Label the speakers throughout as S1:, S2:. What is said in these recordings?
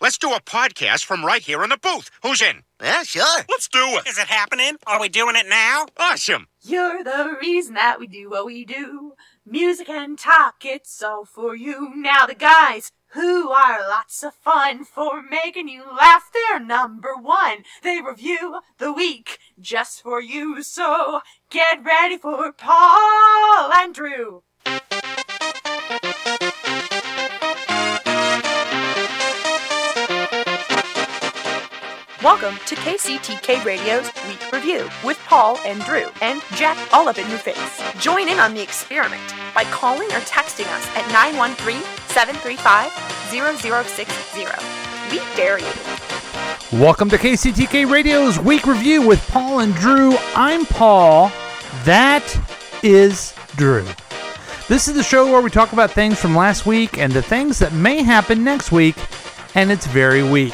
S1: Let's do a podcast from right here in the booth. Who's in?
S2: Yeah, sure.
S3: Let's do it.
S4: Is it happening? Are we doing it now?
S1: Awesome.
S5: You're the reason that we do what we do. Music and talk, it's all for you. Now the guys who are lots of fun for making you laugh, they're number one. They review the week just for you. So get ready for Paul and Drew.
S6: Welcome to KCTK Radio's Week Review with Paul and Drew and Jack all up in your face. Join in on the experiment by calling or texting us at 913-735-0060. We dare you.
S7: Welcome to KCTK Radio's Week Review with Paul and Drew. I'm Paul. That is Drew. This is the show where we talk about things from last week and the things that may happen next week, and it's very weak.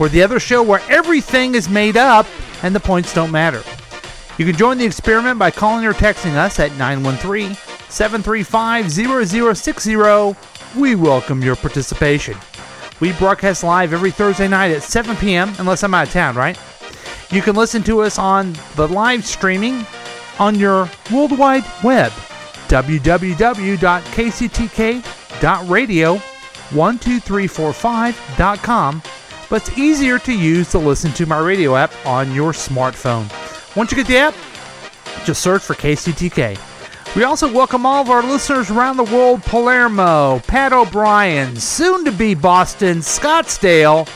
S7: We're the other show where everything is made up and the points don't matter. You can join the experiment by calling or texting us at 913 735 0060. We welcome your participation. We broadcast live every Thursday night at 7 p.m., unless I'm out of town, right? You can listen to us on the live streaming on your World Wide Web, www.kctk.radio12345.com, but it's easier to use the Listen to My Radio app on your smartphone. Once you get the app, just search for KCTK. We also welcome all of our listeners around the world Palermo, Pat O'Brien, soon to be Boston, Scottsdale,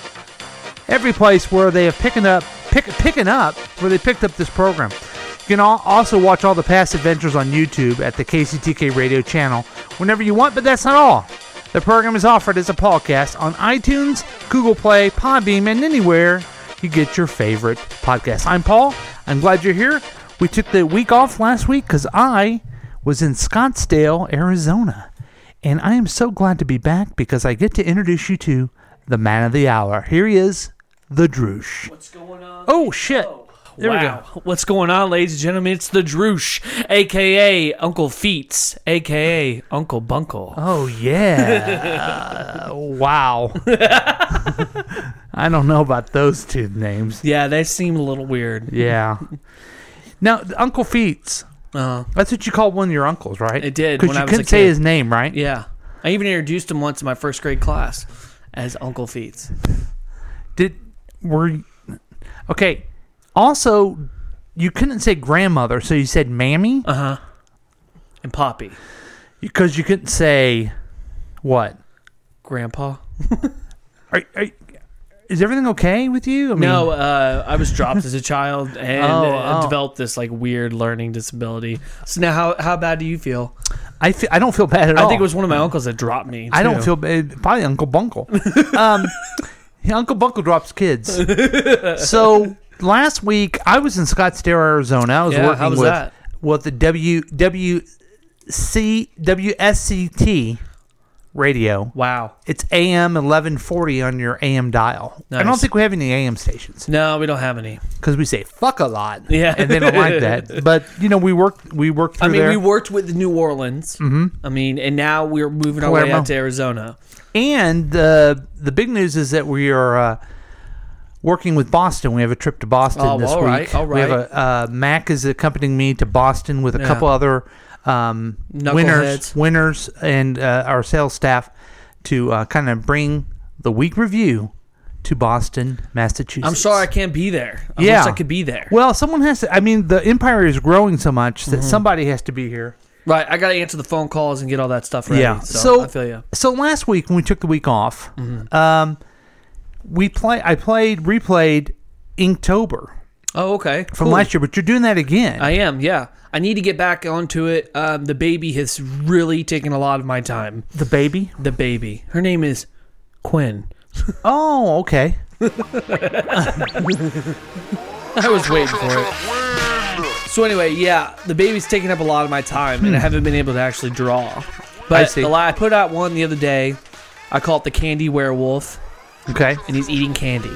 S7: every place where they have picking up pick, picking up where they picked up this program. You can al- also watch all the past adventures on YouTube at the KCTK radio channel whenever you want, but that's not all. The program is offered as a podcast on iTunes, Google Play, Podbeam, and anywhere you get your favorite podcast. I'm Paul. I'm glad you're here. We took the week off last week because I was in Scottsdale, Arizona. And I am so glad to be back because I get to introduce you to the man of the hour. Here he is, the Droosh. What's going on? Oh, shit. There
S8: wow. What's going on, ladies and gentlemen? It's the Droosh, aka Uncle Feets, aka Uncle Bunkle.
S7: Oh, yeah. wow. I don't know about those two names.
S8: Yeah, they seem a little weird.
S7: Yeah. Now, Uncle Feets.
S8: Uh,
S7: That's what you called one of your uncles, right?
S8: It did,
S7: Because
S8: when
S7: you
S8: I was a
S7: couldn't say
S8: kid.
S7: his name, right?
S8: yeah. I even introduced him once in my first grade class as Uncle Feets.
S7: Did were you- okay. Also, you couldn't say grandmother, so you said mammy
S8: Uh-huh. And Poppy.
S7: because you couldn't say what.
S8: Grandpa?
S7: Are, are, is everything okay with you? I mean,
S8: No, uh, I was dropped as a child and
S7: Oh,
S8: uh,
S7: oh.
S8: developed this like weird learning disability. So now, how, how bad do you feel?
S7: I fe- I don't feel bad at all.
S8: I think it was one of my uncles that dropped me.
S7: I don't
S8: too.
S7: feel bad. Probably Uncle Bunkle. um, Uncle Bunkle drops kids. so last week I was in Scottsdale, Arizona. I was
S8: Yeah,
S7: working
S8: how was
S7: with
S8: that?
S7: with the W W C W S C T radio.
S8: Wow.
S7: It's AM 1140 on your AM dial. I don't
S8: Nice.
S7: think we have any AM stations
S8: No, we don't have any.
S7: because we say fuck a lot.
S8: Yeah.
S7: and they don't like that. But you know, we work we work through
S8: I mean,
S7: there.
S8: we worked with New Orleans. Mm-hmm. I mean, and now we're moving our way
S7: Palermo.
S8: out to Arizona.
S7: And uh, the big news is that we are uh, working with Boston. We have a trip to Boston
S8: Oh,
S7: this
S8: all
S7: week.
S8: right, all
S7: We have
S8: right.
S7: a uh, Mac is accompanying me to Boston with a
S8: Yeah.
S7: couple other um, winners,
S8: Knuckleheads.
S7: winners, and uh, our sales staff to uh, kind of bring the week review to Boston, Massachusetts.
S8: I'm sorry I can't be there. I
S7: Yeah.
S8: wish I could be there.
S7: Well, someone has to. I mean, the empire is growing so much that
S8: Mm-hmm.
S7: somebody has to be here.
S8: right, I got to answer the phone calls and get all that stuff ready.
S7: Yeah.
S8: So,
S7: So,
S8: I feel Mm-hmm. you.
S7: so last week when we took the week off, um, we play. I played, replayed Inktober
S8: Oh, okay.
S7: from
S8: cool.
S7: last year, but you're doing that again.
S8: I am, yeah. I need to get back onto it. Um, the baby has really taken a lot of my time.
S7: the baby.
S8: The baby. Her name is Quinn.
S7: Oh, okay.
S8: I was waiting for it.
S3: Wind.
S8: So anyway, yeah, the baby's taking up a lot of my time, and I haven't been able to actually draw.
S7: Hmm.
S8: But
S7: I see.
S8: The, li- I put out one the other day. I call it the Candy Werewolf,
S7: Okay.
S8: and he's eating candy.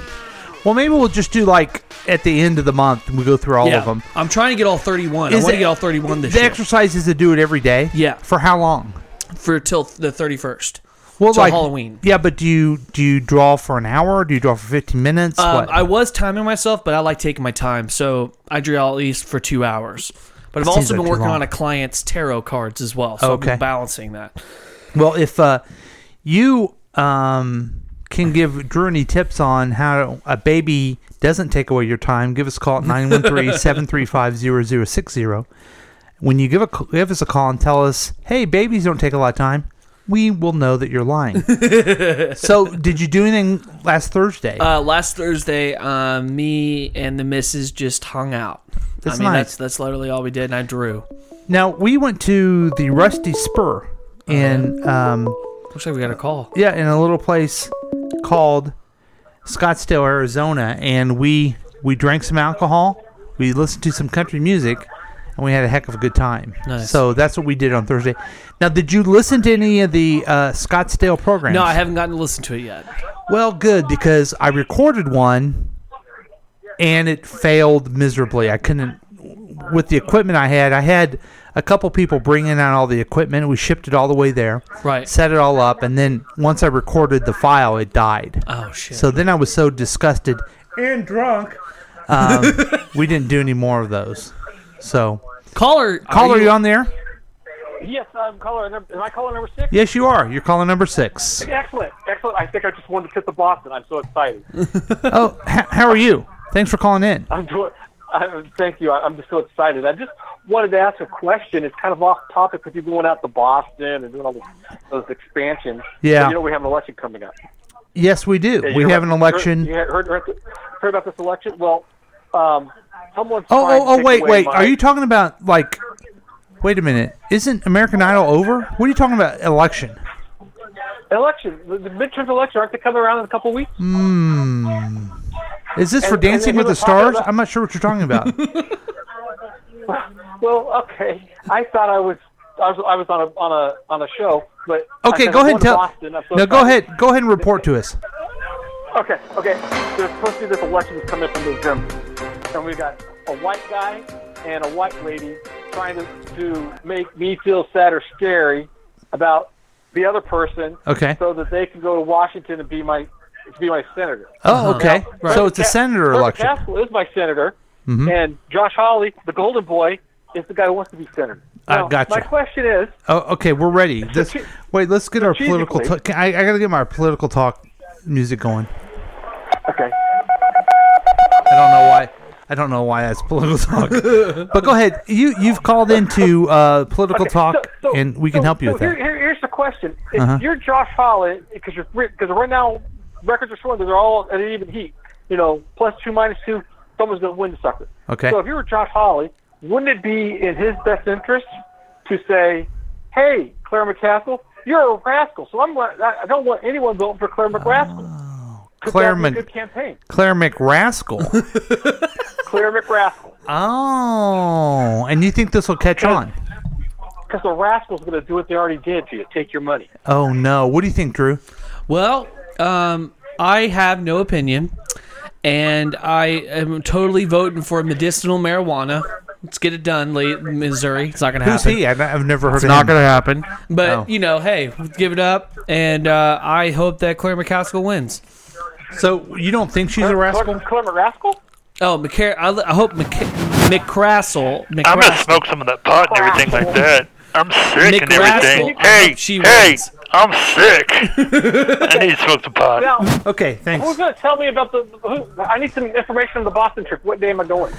S7: Well, maybe we'll just do like at the end of the month and we go through all
S8: yeah,
S7: of them.
S8: I'm trying to get all 31. I
S7: Is
S8: want to
S7: it-
S8: get all 31 this
S7: the
S8: year
S7: exercise is to do it every day.
S8: Yeah.
S7: For how long?
S8: for till the 31st.
S7: Well,
S8: Till Halloween.
S7: Yeah, but do you do you draw for an hour? Do you draw for fifteen minutes?
S8: Um,
S7: what?
S8: I was timing myself, but I like taking my time, so I drew at least for two hours. But I've
S7: That seems
S8: also
S7: like
S8: been
S7: too
S8: working
S7: long.
S8: on a client's tarot cards as well, so I've
S7: Okay.
S8: been balancing that.
S7: well, if uh, you um, can give Drew any tips on how a baby doesn't take away your time, give us a call at 913-735-0060. When you give a c- give us a call and tell us, "Hey, babies don't take a lot of time," we will know that you're lying. so, did you do anything last Thursday?
S8: Uh, last Thursday, uh, me and the missus just hung out.
S7: That's
S8: I mean,
S7: nice.
S8: that's that's literally all we did, and I drew.
S7: now we went to the Rusty Spur in. Um,
S8: Oh, Looks like we got a call.
S7: Yeah, in a little place called Scottsdale, Arizona, and we we drank some alcohol, we listened to some country music, and we had a heck of a good time.
S8: Nice.
S7: So that's what we did on Thursday. Now, did you listen to any of the uh, Scottsdale programs?
S8: No, I haven't gotten to listen to it yet.
S7: Well, good because I recorded one, and it failed miserably. I couldn't with the equipment I had. I had a couple people bringing out all the equipment. We shipped it all the way there
S8: Right.
S7: set it all up, and then once I recorded the file, it died.
S8: Oh shit.
S7: So then I was so disgusted and drunk. Um, we didn't do any more of those. So,
S8: caller,
S7: caller,
S8: are
S7: you, on there?
S9: Yes, I'm caller. number- Am I caller number six?
S7: Yes, you are. You're calling number six.
S9: Excellent, excellent. I think I just wanted to tip the boss, and I'm so excited.
S7: Oh, h- how are you? Thanks for calling in.
S9: I'm doing. I, thank you. I, I'm just so excited. I just wanted to ask a question. It's kind of off topic because you're going out to Boston and doing all those, those expansions.
S7: Yeah.
S9: But you know we have an election coming up.
S7: Yes, we do.
S9: Yeah, you
S7: we
S9: heard-
S7: have an election.
S9: Heard, you heard, heard, heard about this election? Well, um, someone's.
S7: oh,
S9: trying to
S7: oh, oh,
S9: take
S7: wait,
S9: away
S7: wait.
S9: my-
S7: Are you talking about like? Wait a minute. Isn't American Idol over? What are you talking about? Election?
S9: election? The, the midterms election aren't they coming around in a couple weeks?
S7: Hmm. Is this for
S9: And- and
S7: Dancing
S9: they
S7: with
S9: were
S7: the
S9: talking
S7: Stars?
S9: about-
S7: I'm not sure what you're talking about.
S9: Well, okay. I thought I was I was I was on a on a on a show, but
S7: Okay,
S9: I
S7: go ahead
S9: and
S7: and tell.
S9: Boston, I'm so
S7: no, go
S9: excited.
S7: ahead. Go ahead and report to us.
S9: Okay, okay. There's supposed to be this election that's coming up in November, and we got a white guy and a white lady trying to to make me feel sad or scary about the other person,
S7: Okay.
S9: so that they can go to Washington and be my be my senator.
S7: Oh, okay.
S9: Right.
S7: So it's a
S9: Ca-
S7: senator
S9: Herb
S7: election. Mm-hmm.
S9: Castle is my senator, and Josh Hawley, the golden boy, is the guy who wants to be senator.
S7: I
S9: Now,
S7: gotcha.
S9: My question is,
S7: Oh, okay. We're ready. This
S9: Strate-
S7: wait. Let's get our political.
S9: strategically-
S7: Talk. I, I gotta get my political talk music going.
S9: okay,
S7: I don't know why. I don't know why that's political talk. but go ahead. You you've called into uh, political
S9: Okay,
S7: talk,
S9: so- so-
S7: and we can
S9: so-
S7: help you
S9: so
S7: with
S9: here,
S7: that. Uh-huh.
S9: here- here's the question: If you're Josh Holland, because you're because right now records are showing that they're all at an even heat. You know, plus two, minus two, someone's going to win the sucker.
S7: Okay.
S9: So if you were Josh Holly, wouldn't it be in his best interest to say, "Hey, Claire McCaskill, you're a rascal, so I'm gonna- I I don't want anyone voting for Claire McCaskill." 'Cause
S7: Oh. Claire
S9: that'd be
S7: Mc-
S9: a good campaign.
S7: Claire McRaskill.
S9: Claire McRaskill,
S7: oh, and you think this will catch on?
S9: because the rascal's going to do what they already did to you, take your money.
S7: Oh no. What do you think, Drew?
S8: Well, um, I have no opinion, and I am totally voting for medicinal marijuana. Let's get it done, late Missouri. It's not gonna
S7: Who's
S8: happen.
S7: he? I've, I've never heard of him.
S8: to happen. But
S7: Oh.
S8: you know, hey, let's give it up, and uh, I hope that Claire McCaskill wins.
S7: so you don't think she's a rascal?
S9: Claire McRaskill.
S8: Oh, McCar- I, li- I hope McC- McCrassel.
S10: I'm gonna
S8: McCrassel-
S10: smoke some of that pot and everything like that. I'm sick and
S8: McRassel.
S10: everything.
S8: I
S10: Hey,
S8: hope she
S10: hey,
S8: wins.
S10: I'm sick. I need to smoke some pot.
S9: Now,
S7: Okay. Thanks.
S9: Who's going to tell me about the? Who, I need some information on the Boston trip. What day am I going?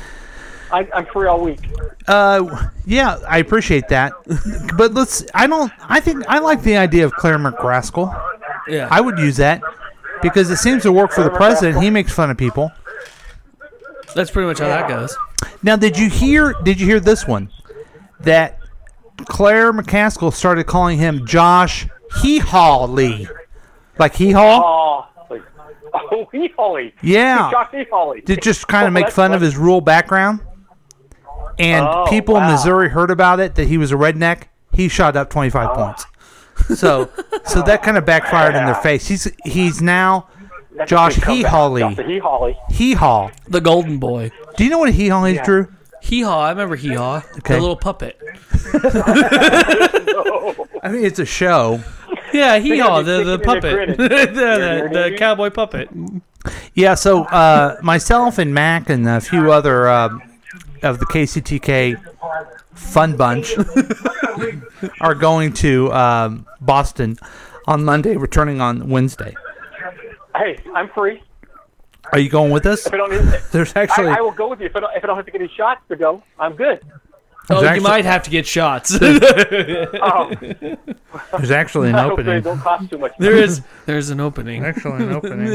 S9: I, I'm free all week.
S7: Uh, yeah, I appreciate that, but let's. I don't. I think I like the idea of Claire McCraskill.
S8: Yeah.
S7: I would use that because it seems to work for the president. He makes fun of people.
S8: That's pretty much how that goes.
S7: Now, did you hear? Did you hear this one? That Claire McCaskill started calling him Josh Hee Haw Lee, like Hee Haw.
S9: Oh, like, oh, he Holly.
S7: Yeah.
S9: Josh E. Holly.
S7: To just kind of make fun of his rural background. and
S9: Oh,
S7: people in
S9: wow.
S7: Missouri heard about it that he was a redneck. He shot up 25
S9: Oh.
S7: points. So so that kind of backfired in their face. He's he's now Josh Hee Hawley.
S9: He Holly.
S7: Hee Haw.
S8: The golden boy.
S7: Do you know what Hee Haw is,
S9: Yeah.
S7: Drew?
S8: Hee haw. I remember hee haw.
S7: Okay.
S8: The little puppet.
S7: I mean, it's a show.
S8: Yeah, hee haw.
S9: Think
S8: The,
S9: I'll be
S8: the
S9: kicking and
S8: puppet. the,
S9: grinning.
S8: the, the cowboy puppet.
S7: Yeah, so uh, myself and Mac and a few other uh, of the KCTK fun bunch are going to um, Boston on Monday, returning on Wednesday.
S9: Hey, I'm free.
S7: Are you going with us?
S9: If I don't need,
S7: There's actually
S9: I, I will go with you. If I, don't, if I don't have to get any shots to go, I'm good.
S8: Oh,
S7: Exactly.
S8: you might have to get shots.
S9: Oh,
S7: there's actually an
S9: I hope they
S7: opening.
S9: don't cost too much.
S8: there is there's an opening.
S7: Actually, an opening.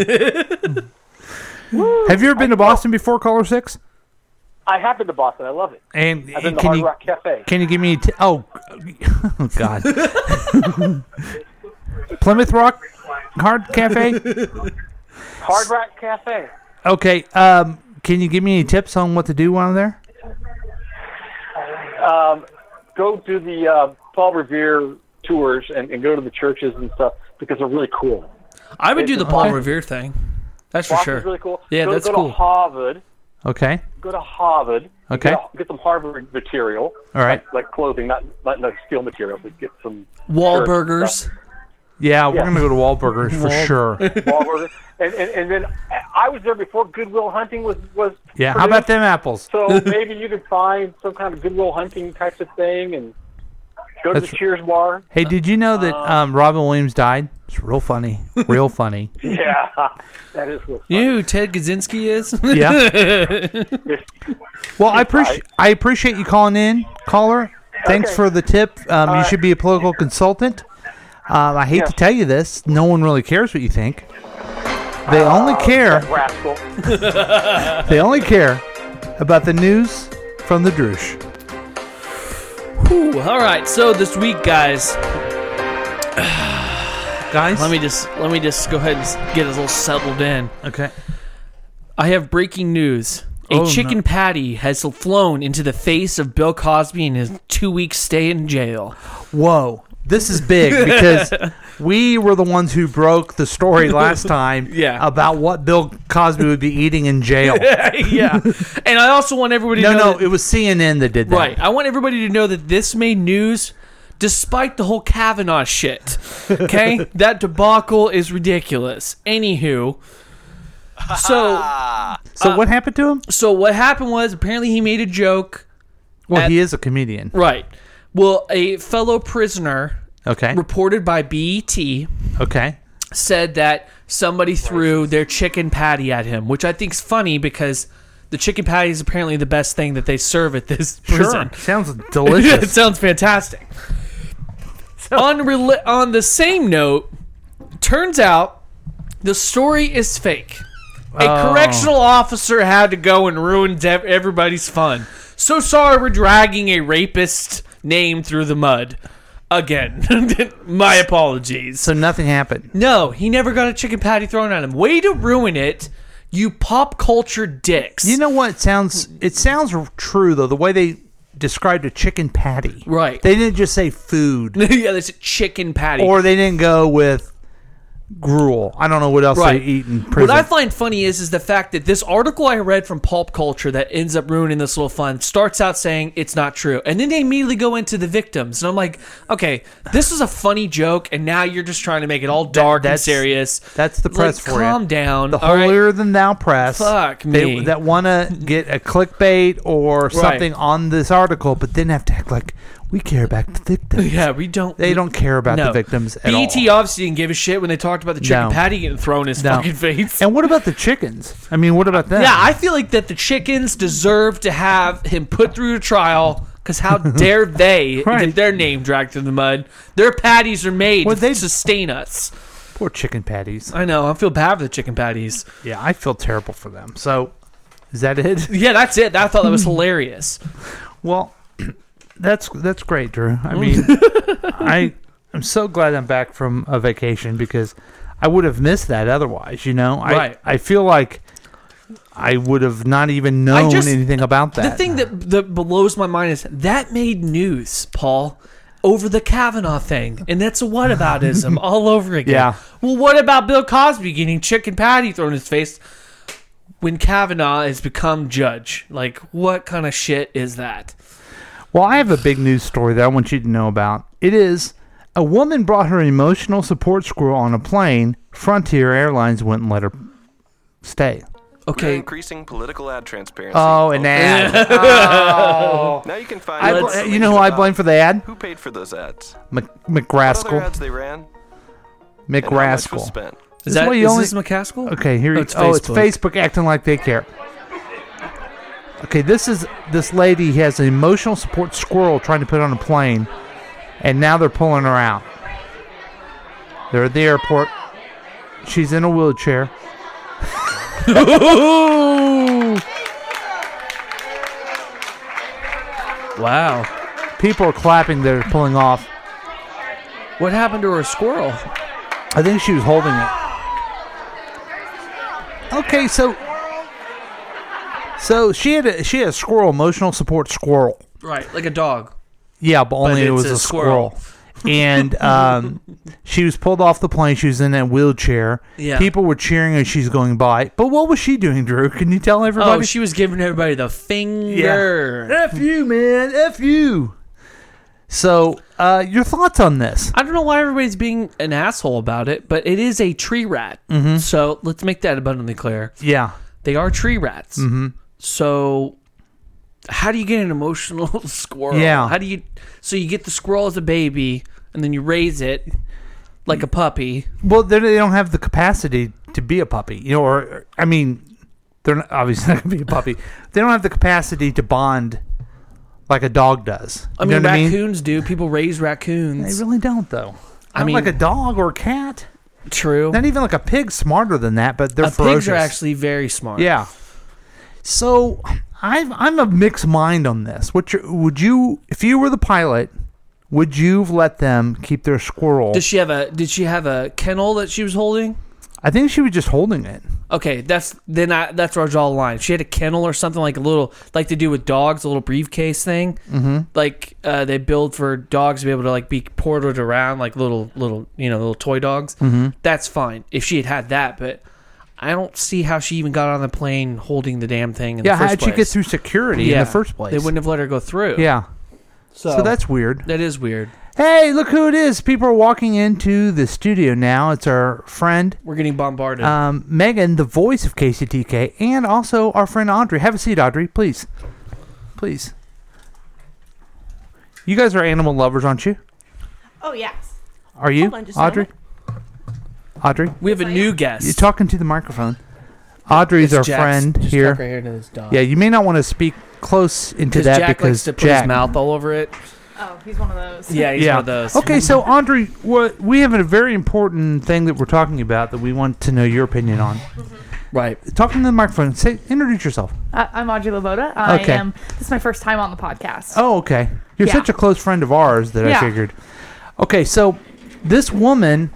S7: Have you ever been to Boston before, Caller Six?
S9: I have been to Boston. I love it.
S7: And,
S9: I've been
S7: and
S9: to
S7: can
S9: Hard
S7: you
S9: Rock Cafe.
S7: can you give me t- oh, oh God Plymouth Rock Hard Cafe?
S9: Hard Rock Cafe.
S7: Okay. Um, can you give me any tips on what to do while I'm there?
S9: Um, Go do the uh, Paul Revere tours and, and go to the churches and stuff because they're really cool.
S8: I would do the Paul Revere thing. That's for
S9: Boston's
S8: sure.
S9: really cool.
S8: Yeah,
S9: go,
S8: that's
S9: go
S8: cool.
S9: to Harvard.
S7: Okay.
S9: Go to Harvard.
S7: Okay.
S9: Get, a- get some Harvard material.
S7: All right.
S9: like clothing, not not like steel material, but get some
S8: Wahlburgers.
S7: Yeah, we're
S9: Yeah.
S7: gonna go to Wahlburgers for sure.
S9: Wahlburgers. and, and and then I was there before Goodwill Hunting was was
S7: Yeah. How about them apples?
S9: so maybe you could find some kind of Goodwill Hunting type of thing and go to
S7: That's-
S9: the Cheers bar.
S7: Hey, did you know that
S9: Uh,
S7: um, Robin Williams died? It's real funny. Real funny.
S9: Yeah, that is what's
S8: You know who Ted Kaczynski is?
S7: Yeah. Well, I appreciate
S9: right.
S7: I appreciate you calling in, caller. Thanks
S9: Okay. Uh,
S7: for the tip. Um, you
S9: right.
S7: should be a political consultant. Um, I hate to
S9: Yes.
S7: tell you this. No one really cares what you think. They only
S2: Uh,
S9: Uh,
S7: care.
S9: rascal.
S7: They only care about the news from the Drush.
S8: Whew, all right, so this week, guys,
S7: Guys,
S8: let me just let me just go ahead and s- get us all settled in.
S7: Okay.
S8: I have breaking news. A
S7: Oh, no.
S8: chicken patty has flown into the face of Bill Cosby in his two week stay in jail.
S7: Whoa. This is big because we were the ones who broke the story last time
S8: Yeah.
S7: about what Bill Cosby would be eating in jail.
S8: yeah. And I also want everybody
S7: No,
S8: to know.
S7: no,
S8: that-
S7: it was CNN that did that.
S8: right. I want everybody to know that this made news despite the whole Kavanaugh shit. Okay? that debacle is ridiculous. Anywho. So uh,
S7: So what happened to him?
S8: so what happened was apparently he made a joke.
S7: Well,
S8: at-
S7: he is a comedian.
S8: Right. Well, a fellow prisoner
S7: Okay.
S8: reported by BET
S7: Okay.
S8: said that somebody threw their chicken patty at him, which I think's funny because the chicken patty is apparently the best thing that they serve at this prison.
S7: Sounds
S8: it
S7: delicious.
S8: sounds fantastic. on, rela- on the same note, turns out the story is fake. A
S7: Oh.
S8: correctional officer had to go and ruin dev- everybody's fun. So sorry we're dragging a rapist name through the mud. Again, my apologies.
S7: so nothing happened.
S8: No, he never got a chicken patty thrown at him. Way to ruin it, you pop culture dicks.
S7: You know what? It sounds it sounds true though. The way they described a chicken patty.
S8: Right.
S7: They didn't just say food,
S8: yeah, that's a chicken patty.
S7: or they didn't go with gruel. I don't know what else
S8: right.
S7: they eat in prison.
S8: What I find funny is is the fact that this article I read from Pulp Culture that ends up ruining this little fun starts out saying it's not true, and then they immediately go into the victims, and I'm like, okay, this is a funny joke, and now you're just trying to make it all dark and
S7: that's-
S8: serious.
S7: That's the
S8: Like,
S7: press for you.
S8: Calm down.
S7: The
S8: all right?
S7: holier than thou press.
S8: Fuck
S7: they-
S8: me.
S7: that want to get a clickbait or something on this article, but then have to act like we care about the victims.
S8: Yeah, we don't.
S7: They don't care about the
S8: No.
S7: victims at all.
S8: BT obviously didn't give a shit when they talked about the chicken
S7: No.
S8: patty getting thrown in his
S7: No.
S8: fucking face.
S7: And what about the chickens? I mean, what about them?
S8: yeah, I feel like that the chickens deserve to have him put through a trial because how dare they
S7: Right.
S8: get their name dragged through the mud? Their patties are made
S7: Well, they-
S8: to sustain us.
S7: poor chicken patties.
S8: I know. I feel bad for the chicken patties.
S7: Yeah, I feel terrible for them. So, is that it?
S8: Yeah, that's it. I thought that was hilarious.
S7: Well, that's that's great, Drew. I mean, I I'm so glad I'm back from a vacation because I would have missed that otherwise. You know, I
S8: Right.
S7: I feel like I would have not even known
S8: just-
S7: anything about that.
S8: The thing that that blows my mind is that made news, Paul, over the Kavanaugh thing, and that's a whataboutism all over again.
S7: Yeah.
S8: Well, what about Bill Cosby getting chicken patty thrown in his face when Kavanaugh has become judge? Like, what kind of shit is that?
S7: Well, I have a big news story that I want you to know about. It is a woman brought her emotional support squirrel on a plane. Frontier Airlines wouldn't let her stay.
S8: Okay.
S11: Increasing political ad transparency.
S7: Oh, an ad. Oh.
S11: Now you can find.
S7: I
S11: out
S7: bl- you know who I blame for the ad?
S11: Who paid for those ads?
S7: Mc-
S11: What other
S7: McRaskill.
S11: ads they ran? And how much was
S7: McRaskill.
S11: spent? Is
S7: This
S8: that-
S7: why you
S8: is
S7: only-
S8: this McCaskill?
S7: Okay, here
S8: Oh,
S7: you
S8: it's
S7: Oh, it's
S8: Facebook.
S7: Facebook acting like they care. Okay, this is this lady has an emotional support squirrel trying to put on a plane, and now they're pulling her out. They're at the airport. She's in a wheelchair.
S8: wow.
S7: People are clapping. They're pulling off.
S8: What happened to her squirrel?
S7: I think she was holding it. Okay, so so she had a, she had a squirrel emotional support squirrel.
S8: Right, like a dog.
S7: Yeah, but only it
S8: it's
S7: was
S8: a
S7: a, squirrel. and um, she was pulled off the plane. She was in a wheelchair.
S8: Yeah.
S7: People were cheering as she's going by. But what was she doing, Drew? Can you tell everybody?
S8: Oh, she was giving everybody the finger.
S7: Yeah. F you, man. F you. So, uh, your thoughts on this?
S8: I don't know why everybody's being an asshole about it, but it is a tree rat.
S7: Mhm.
S8: So let's make that abundantly clear.
S7: Yeah.
S8: They are tree rats.
S7: Mhm.
S8: So how do you get an emotional squirrel?
S7: Yeah.
S8: How do you so you get the squirrel as a baby and then you raise it like a puppy.
S7: Well, they they don't have the capacity to be a puppy, you know. Or, or- I mean, they're not, obviously not going to be a puppy. They don't have the capacity to bond like a dog does.
S8: I
S7: You
S8: mean
S7: know what
S8: raccoons do. People raise
S7: They
S8: raccoons.
S7: really don't, though.
S8: I
S7: I mean,
S8: mean-
S7: like a dog or a cat.
S8: True.
S7: Not even like a pig smarter than that, but they're
S8: Uh,
S7: ferocious.
S8: pigs are actually very smart.
S7: yeah. So I've, I'm of mixed mind on this. What your, would you, if you were the pilot, would you have let them keep their squirrel?
S8: Does she have a did she have a kennel that she was holding?
S7: I think she was just holding it.
S8: Okay, that's then I that's where I draw the line. She had a kennel or something like a little like they do with dogs, a little briefcase thing.
S7: Mm-hmm.
S8: Like uh, they build for dogs to be able to like be ported around like little little you know little toy dogs.
S7: Mhm.
S8: That's fine if she had had that, but I don't see how she even got on the plane holding the damn thing. In
S7: Yeah,
S8: the first
S7: how'd she get
S8: place.
S7: through security in
S8: Yeah,
S7: the first place?
S8: They wouldn't have let her go through.
S7: Yeah.
S8: so,
S7: so that's weird.
S8: that is weird.
S7: Hey, look who it is. People are walking into the studio now. It's our friend
S8: We're getting bombarded.
S7: um, Megan, the voice of KCTK, and also our friend Audrey. Have a seat, Audrey, please. Please. You guys are animal lovers, aren't you?
S12: Oh yes.
S7: Are you,
S12: Hold on just a
S7: Audrey? Audrey,
S8: we have a new guest.
S7: You're talking to the microphone. Audrey's
S8: It's
S7: our
S8: Jack's-
S7: friend
S8: just
S7: here.
S8: talk right here to this dog.
S7: Yeah, you may not want to speak close into that
S8: Jack
S7: because
S8: likes to put
S7: Jack
S8: his mouth all over it.
S12: Oh, he's one of those.
S8: Yeah, he's one of those.
S7: Okay, so Andre, what we have a very important thing that we're talking about that we want to know your opinion on.
S8: Right.
S7: Talking to the microphone. Say, introduce yourself.
S12: I, I'm Audrey Loboda. I
S7: Okay.
S12: am. This is my first time on the podcast.
S7: Oh, okay. You're
S12: Yeah.
S7: such a close friend of ours that I
S12: Yeah.
S7: figured. Okay, so this woman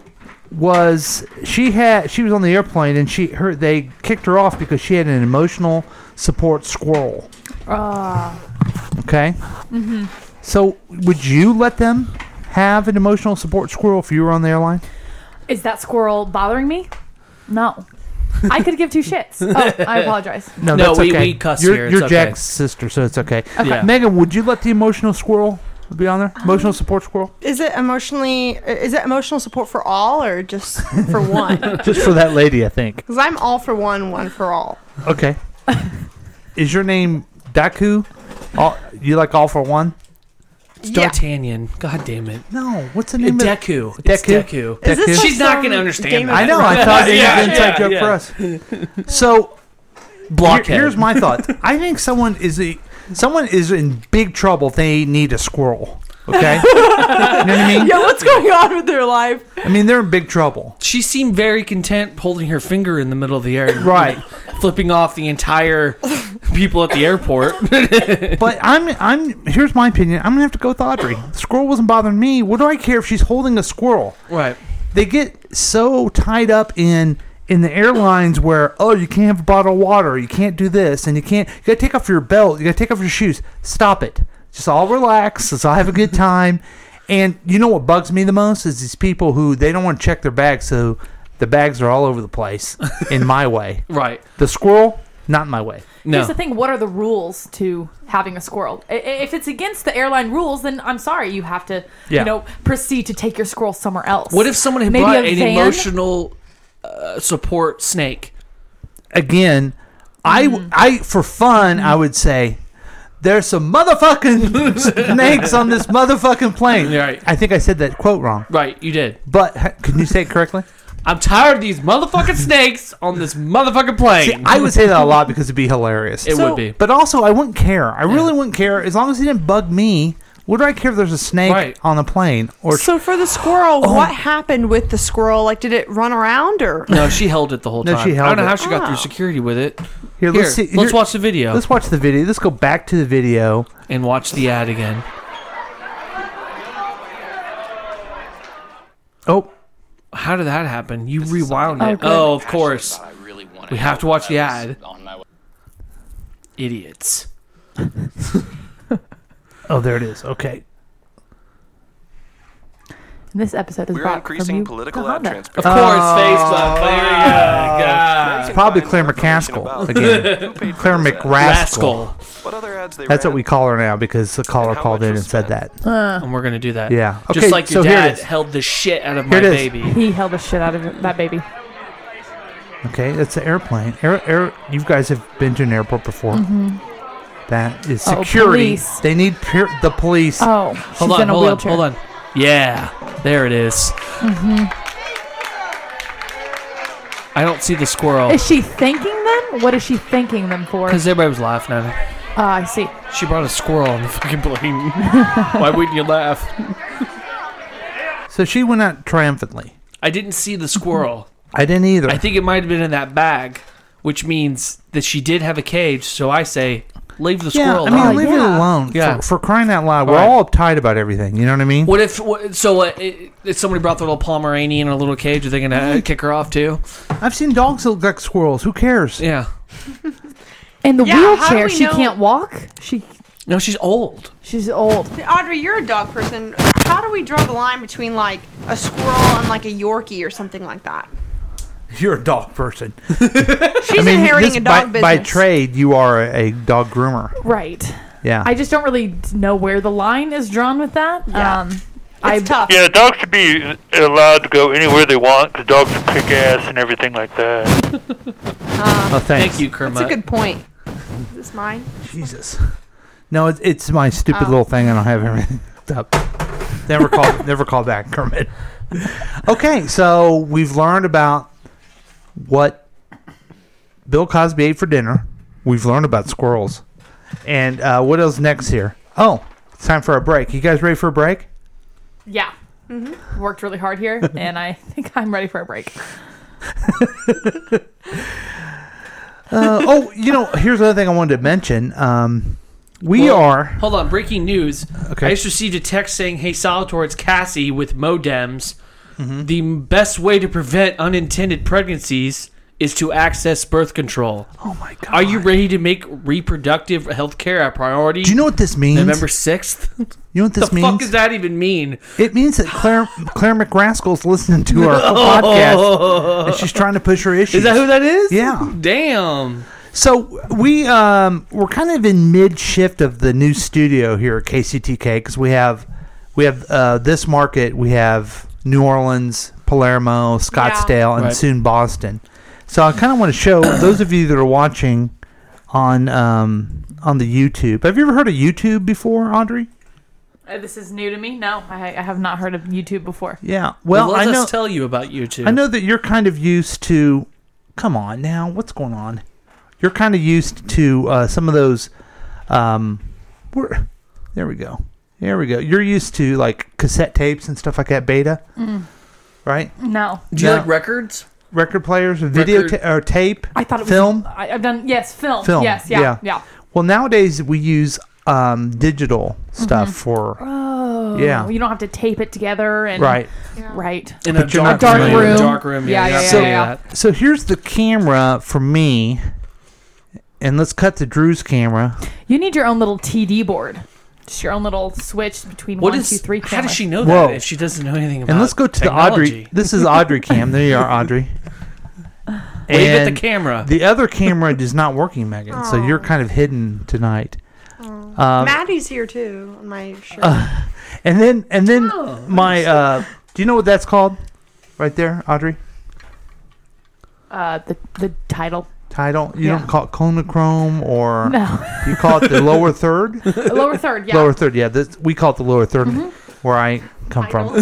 S7: was she had she was on the airplane and she her they kicked her off because she had an emotional support squirrel. Okay.
S12: hmm
S7: So would you let them have an emotional support squirrel if you were on the airline?
S12: Is that squirrel bothering me? No. I could give two shits. Oh, I apologize.
S7: No,
S8: No,
S7: that's
S8: we-
S7: okay.
S8: we cuss
S7: you're,
S8: here, it's
S7: You're
S8: okay.
S7: Jack's sister, so it's okay.
S12: Okay. Yeah.
S7: Megan, would you let the emotional squirrel be on
S8: Um,
S7: there? Emotional support squirrel,
S13: Is it emotionally? Is it emotional support for all or just for one?
S7: just for that lady, I think.
S13: Because I'm all for one, one for all.
S7: Okay. Is your name Daku? All, you like all for one?
S8: It's D'Artagnan. God damn it.
S7: No, what's the name of-
S8: Deku. Deku. It's
S7: Deku?
S8: Deku.
S7: Is this like
S8: She's
S7: some
S8: not going to
S7: Game
S8: understand
S7: of
S8: that.
S7: I know, I Thrones? thought it was an inside joke for us. So,
S8: Blockhead.
S7: here- here's my thought. I think someone is a someone is in big trouble. if They need a squirrel. Okay. you know what I mean?
S13: Yeah, what's going on with their life?
S7: I mean, they're in big trouble.
S8: She seemed very content holding her finger in the middle of the air. and,
S7: Right.
S8: like, Flipping off the entire people at the airport.
S7: but I'm I'm here's my opinion. I'm gonna have to go with Audrey. The squirrel wasn't bothering me. What do I care if she's holding a squirrel?
S8: Right.
S7: They get so tied up in in the airlines where oh you can't have a bottle of water, you can't do this, and you can't you gotta take off your belt, you gotta take off your shoes. Stop it. Just all relax. Let's all have a good time. And you know what bugs me the most is these people who they don't want to check their bags, so the bags are all over the place in my way.
S8: Right.
S7: The squirrel, not in my way.
S12: Here's the thing: what are the rules to having a squirrel? I- i- If it's against the airline rules, then I'm sorry, you have to,
S8: Yeah.
S12: you know, proceed to take your squirrel somewhere else.
S8: What if someone had
S12: Maybe
S8: brought
S12: a
S8: an
S12: van?
S8: emotional uh, support snake?
S7: again, I
S8: Mm.
S7: I for fun I would say there's some motherfucking snakes on this motherfucking plane. Right. I think I said that quote wrong.
S8: Right, you did.
S7: But h- can you say it correctly?
S8: I'm tired of these motherfucking snakes on this motherfucking plane.
S7: See, I would say that a lot because it'd be hilarious.
S8: It would be.
S7: But also, I wouldn't care. I really wouldn't care as long as it didn't bug me. Would I care if there's a snake on the plane or Oh.
S13: So for the squirrel, what happened with the squirrel? Like, did it run around or?
S8: No, she held it the whole
S7: No,
S8: time.
S7: she
S8: I
S7: held
S8: don't know
S7: it.
S8: how she got
S13: Oh.
S8: through security with it.
S7: Here, let's see- here-
S8: watch the video.
S7: Let's watch the video. Let's go back to the video
S8: and watch the ad again.
S7: Oh,
S8: how did that happen? You rewound
S14: something
S8: it.
S14: that I'm
S8: Oh, of course. we have to watch the ad.
S14: on my way.
S8: Idiots.
S7: oh, there it is. Okay.
S12: And this episode is
S11: We're
S12: brought
S11: increasing
S12: from you
S11: political
S12: to
S11: ad
S12: Honda.
S11: transparency. Oh.
S8: Of course, Facebook. There you go. God.
S7: It's probably Claire McCaskill again. Claire McRaskill. That's what we call her now because the caller called in and said that.
S12: Uh,
S8: and we're gonna do that.
S7: Yeah.
S8: Just
S7: Okay,
S8: like your
S7: so here it
S8: dad
S7: is.
S8: held the shit out of
S7: Here
S8: my
S7: it is.
S8: baby.
S12: He held the shit out of that baby.
S7: Okay, that's the airplane. Air, air, you guys have been to an airport before.
S12: Mhm.
S7: That is
S12: Oh,
S7: security.
S12: police.
S7: they need pur- the police.
S12: Oh,
S8: Hold on, hold on, hold on. Yeah. There it is. Mm-hmm.
S12: Mhm.
S8: I don't see the squirrel.
S12: Is she thanking them? What is she thanking them for?
S8: Because everybody was laughing at her.
S12: Ah, I see.
S8: She brought a squirrel on the fucking plane. Why wouldn't you laugh?
S7: So she went out triumphantly.
S8: I didn't see the squirrel.
S7: I didn't either.
S8: I think it might have been in that bag, which means that she did have a cage. So I say, leave the
S7: yeah,
S8: squirrel.
S7: I mean,
S8: alone.
S7: leave it alone.
S8: Yeah.
S7: For, for crying out loud,
S8: All
S7: we're
S8: right.
S7: all uptight about everything. You know what I mean?
S8: What if what, so? Uh, i- if somebody brought their little Pomeranian in a little cage, are they gonna uh, kick her off too?
S7: Mm-hmm. I've seen dogs that look like squirrels. Who cares?
S8: Yeah.
S12: In the
S8: Yeah, how do
S12: wheelchair,
S8: we
S12: she
S8: know-
S12: can't walk. She
S8: No, she's old.
S12: she's old.
S13: Audrey, you're a dog person. How do we draw the line between like a squirrel and like a Yorkie or something like that?
S7: You're a dog person.
S13: She's
S7: I mean,
S13: inheriting
S7: this-
S13: a dog
S7: by,
S13: business.
S7: by trade, you are a, a dog groomer.
S12: Right.
S7: Yeah.
S12: I just don't really d- know where the line is drawn with that. Um, I, tough.
S10: Yeah, dogs should be allowed to go anywhere they want because dogs kick ass and everything like that.
S7: oh, thanks.
S8: Thank you, Kermit.
S13: That's a good point. Is this mine?
S7: Jesus. No, it's, it's my stupid
S13: Oh.
S7: little thing. I don't have everything hooked up. Never call, never call back, Kermit. Okay, so we've learned about what Bill Cosby ate for dinner. We've learned about squirrels, and uh, what else next here? Oh, it's time for a break. You guys ready for a break?
S12: yeah.
S8: Mm-hmm.
S12: Worked really hard here, and I think I'm ready for a break.
S7: Uh, oh, you know, here's another thing I wanted to mention. Um, we
S8: Well,
S7: are
S8: Hold on, breaking news.
S7: Okay.
S8: I just received a text saying, "Hey, Salvatore, it's Cassie with modems.
S7: Mm-hmm.
S8: The best way to prevent unintended pregnancies is to access birth control." Oh my god! Are you ready to make reproductive health care a priority? Do you
S7: know what this means?
S8: November sixth.
S7: You know what this
S8: the
S7: means?
S8: fuck does that even mean?
S7: It means that Claire Claire McRaskill's listening to our podcast, and she's trying to push her issues. Is that who
S8: that is?
S7: Yeah.
S8: Damn.
S7: So we um we're kind of in mid shift of the new studio here at KCTK because we have we have uh, this market, we have New Orleans, Palermo, Scottsdale, and
S11: Right.
S7: soon Boston. So I kind of want to show those of you that are watching on um on the YouTube. Have you ever heard of YouTube before, Audrey?
S12: Uh, this is new to me. No, I, I have not heard of YouTube before.
S7: Yeah. Well,
S8: let
S7: I know.
S8: us tell you about YouTube.
S7: I know that you're kind of used to. Come on now, what's going on? You're kind of used to uh, some of those. Um, where, there we go. There we go. You're used to like cassette tapes and stuff like that. Beta,
S12: Mm,
S7: right?
S12: no.
S8: Do you
S7: No.
S8: like records?
S7: Record players, video
S8: Record-
S7: ta- or tape.
S12: I thought it was
S7: film.
S12: I, I've done yes, film.
S7: Film.
S12: Yes. Yeah. Yeah.
S7: Well, nowadays we use um, digital stuff
S12: Mhm.
S7: for
S12: Oh. Oh,
S7: Yeah.
S12: You don't have to tape it together and
S7: Right.
S12: right
S8: In a
S7: But you're
S8: dark,
S7: not
S8: room.
S7: familiar.
S8: Dark room. Yeah, yeah, yeah.
S7: so,
S8: yeah, yeah.
S7: so here's the camera for me, and let's cut to Drew's camera.
S12: You need your own little TD board. Just your own little switch between
S8: What
S12: one,
S8: is-
S12: two, three.
S8: how does
S12: camera.
S8: she know that
S7: Whoa.
S8: if she doesn't know anything about
S7: And let's go to the
S8: technology?
S7: Audrey. This is Audrey cam. There you are, Audrey.
S8: Wave at the
S7: And
S8: camera.
S7: The other camera is not working, Megan. So you're kind of hidden tonight. Um,
S13: Maddie's here too on my shirt.
S7: uh, and then and then
S8: Oh,
S7: my uh, do you know what that's called? Right there, Audrey.
S12: Uh, the the title.
S7: Title. You
S12: Yeah.
S7: don't call it conochrome or
S12: No.
S7: you call it the lower third.
S12: The lower third, yeah. Mm-hmm.
S7: Lower third. Yeah. This, we call it the lower 3rd where I come from. and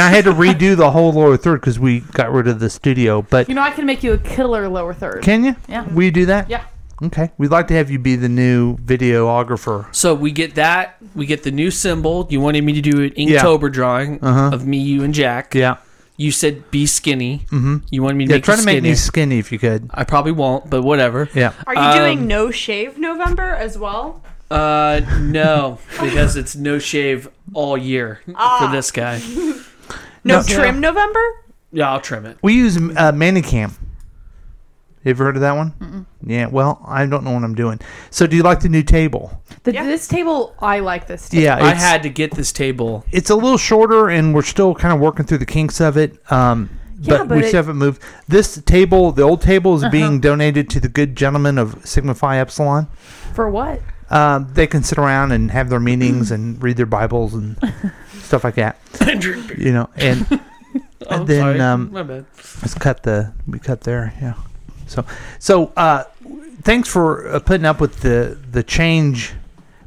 S7: I had to redo the whole lower third because we got rid of the studio. But
S12: You know, I can make you a killer lower third.
S7: can you?
S12: Yeah.
S7: Will you do that?
S12: Yeah.
S7: Okay. We'd like to have you be the new videographer.
S8: So we get that. We get the new symbol. You wanted me to do an Inktober drawing
S7: Uh-huh.
S8: of me, you, and Jack.
S7: Yeah.
S8: You said be skinny.
S7: Mhm.
S8: You wanted me to
S7: yeah.
S8: make
S7: Try
S8: you
S7: to make me
S8: skinnier.
S7: skinny if you could.
S8: I probably won't, but whatever.
S7: Yeah.
S13: Are you
S7: um,
S13: doing no shave November as well?
S8: Uh, no, because it's no shave all year
S13: Ah.
S8: for this guy.
S13: No,
S7: No.
S13: trim November?
S8: Yeah, I'll trim it.
S7: We use uh, Manicam. You ever heard of that one? Yeah. Well, I don't know what I'm doing. So, do you like the new table?
S12: The, This table, I like this table.
S7: Yeah.
S8: I
S7: it's-
S8: had to get this table.
S7: It's a little shorter, and we're still kind of working through the kinks of it. Um,
S8: Yeah,
S7: but,
S8: but
S7: we
S8: it-
S7: still haven't moved. This table, the old table, is
S12: Uh-huh.
S7: being donated to the good gentlemen of Sigma Phi Epsilon.
S12: For what?
S7: Um, they can sit around and have their meetings and read their Bibles and stuff like that. you know, and and then
S8: sorry.
S7: um,
S8: My bad.
S7: let's cut the we cut there. Yeah. So so uh, thanks for uh, putting up with the the change.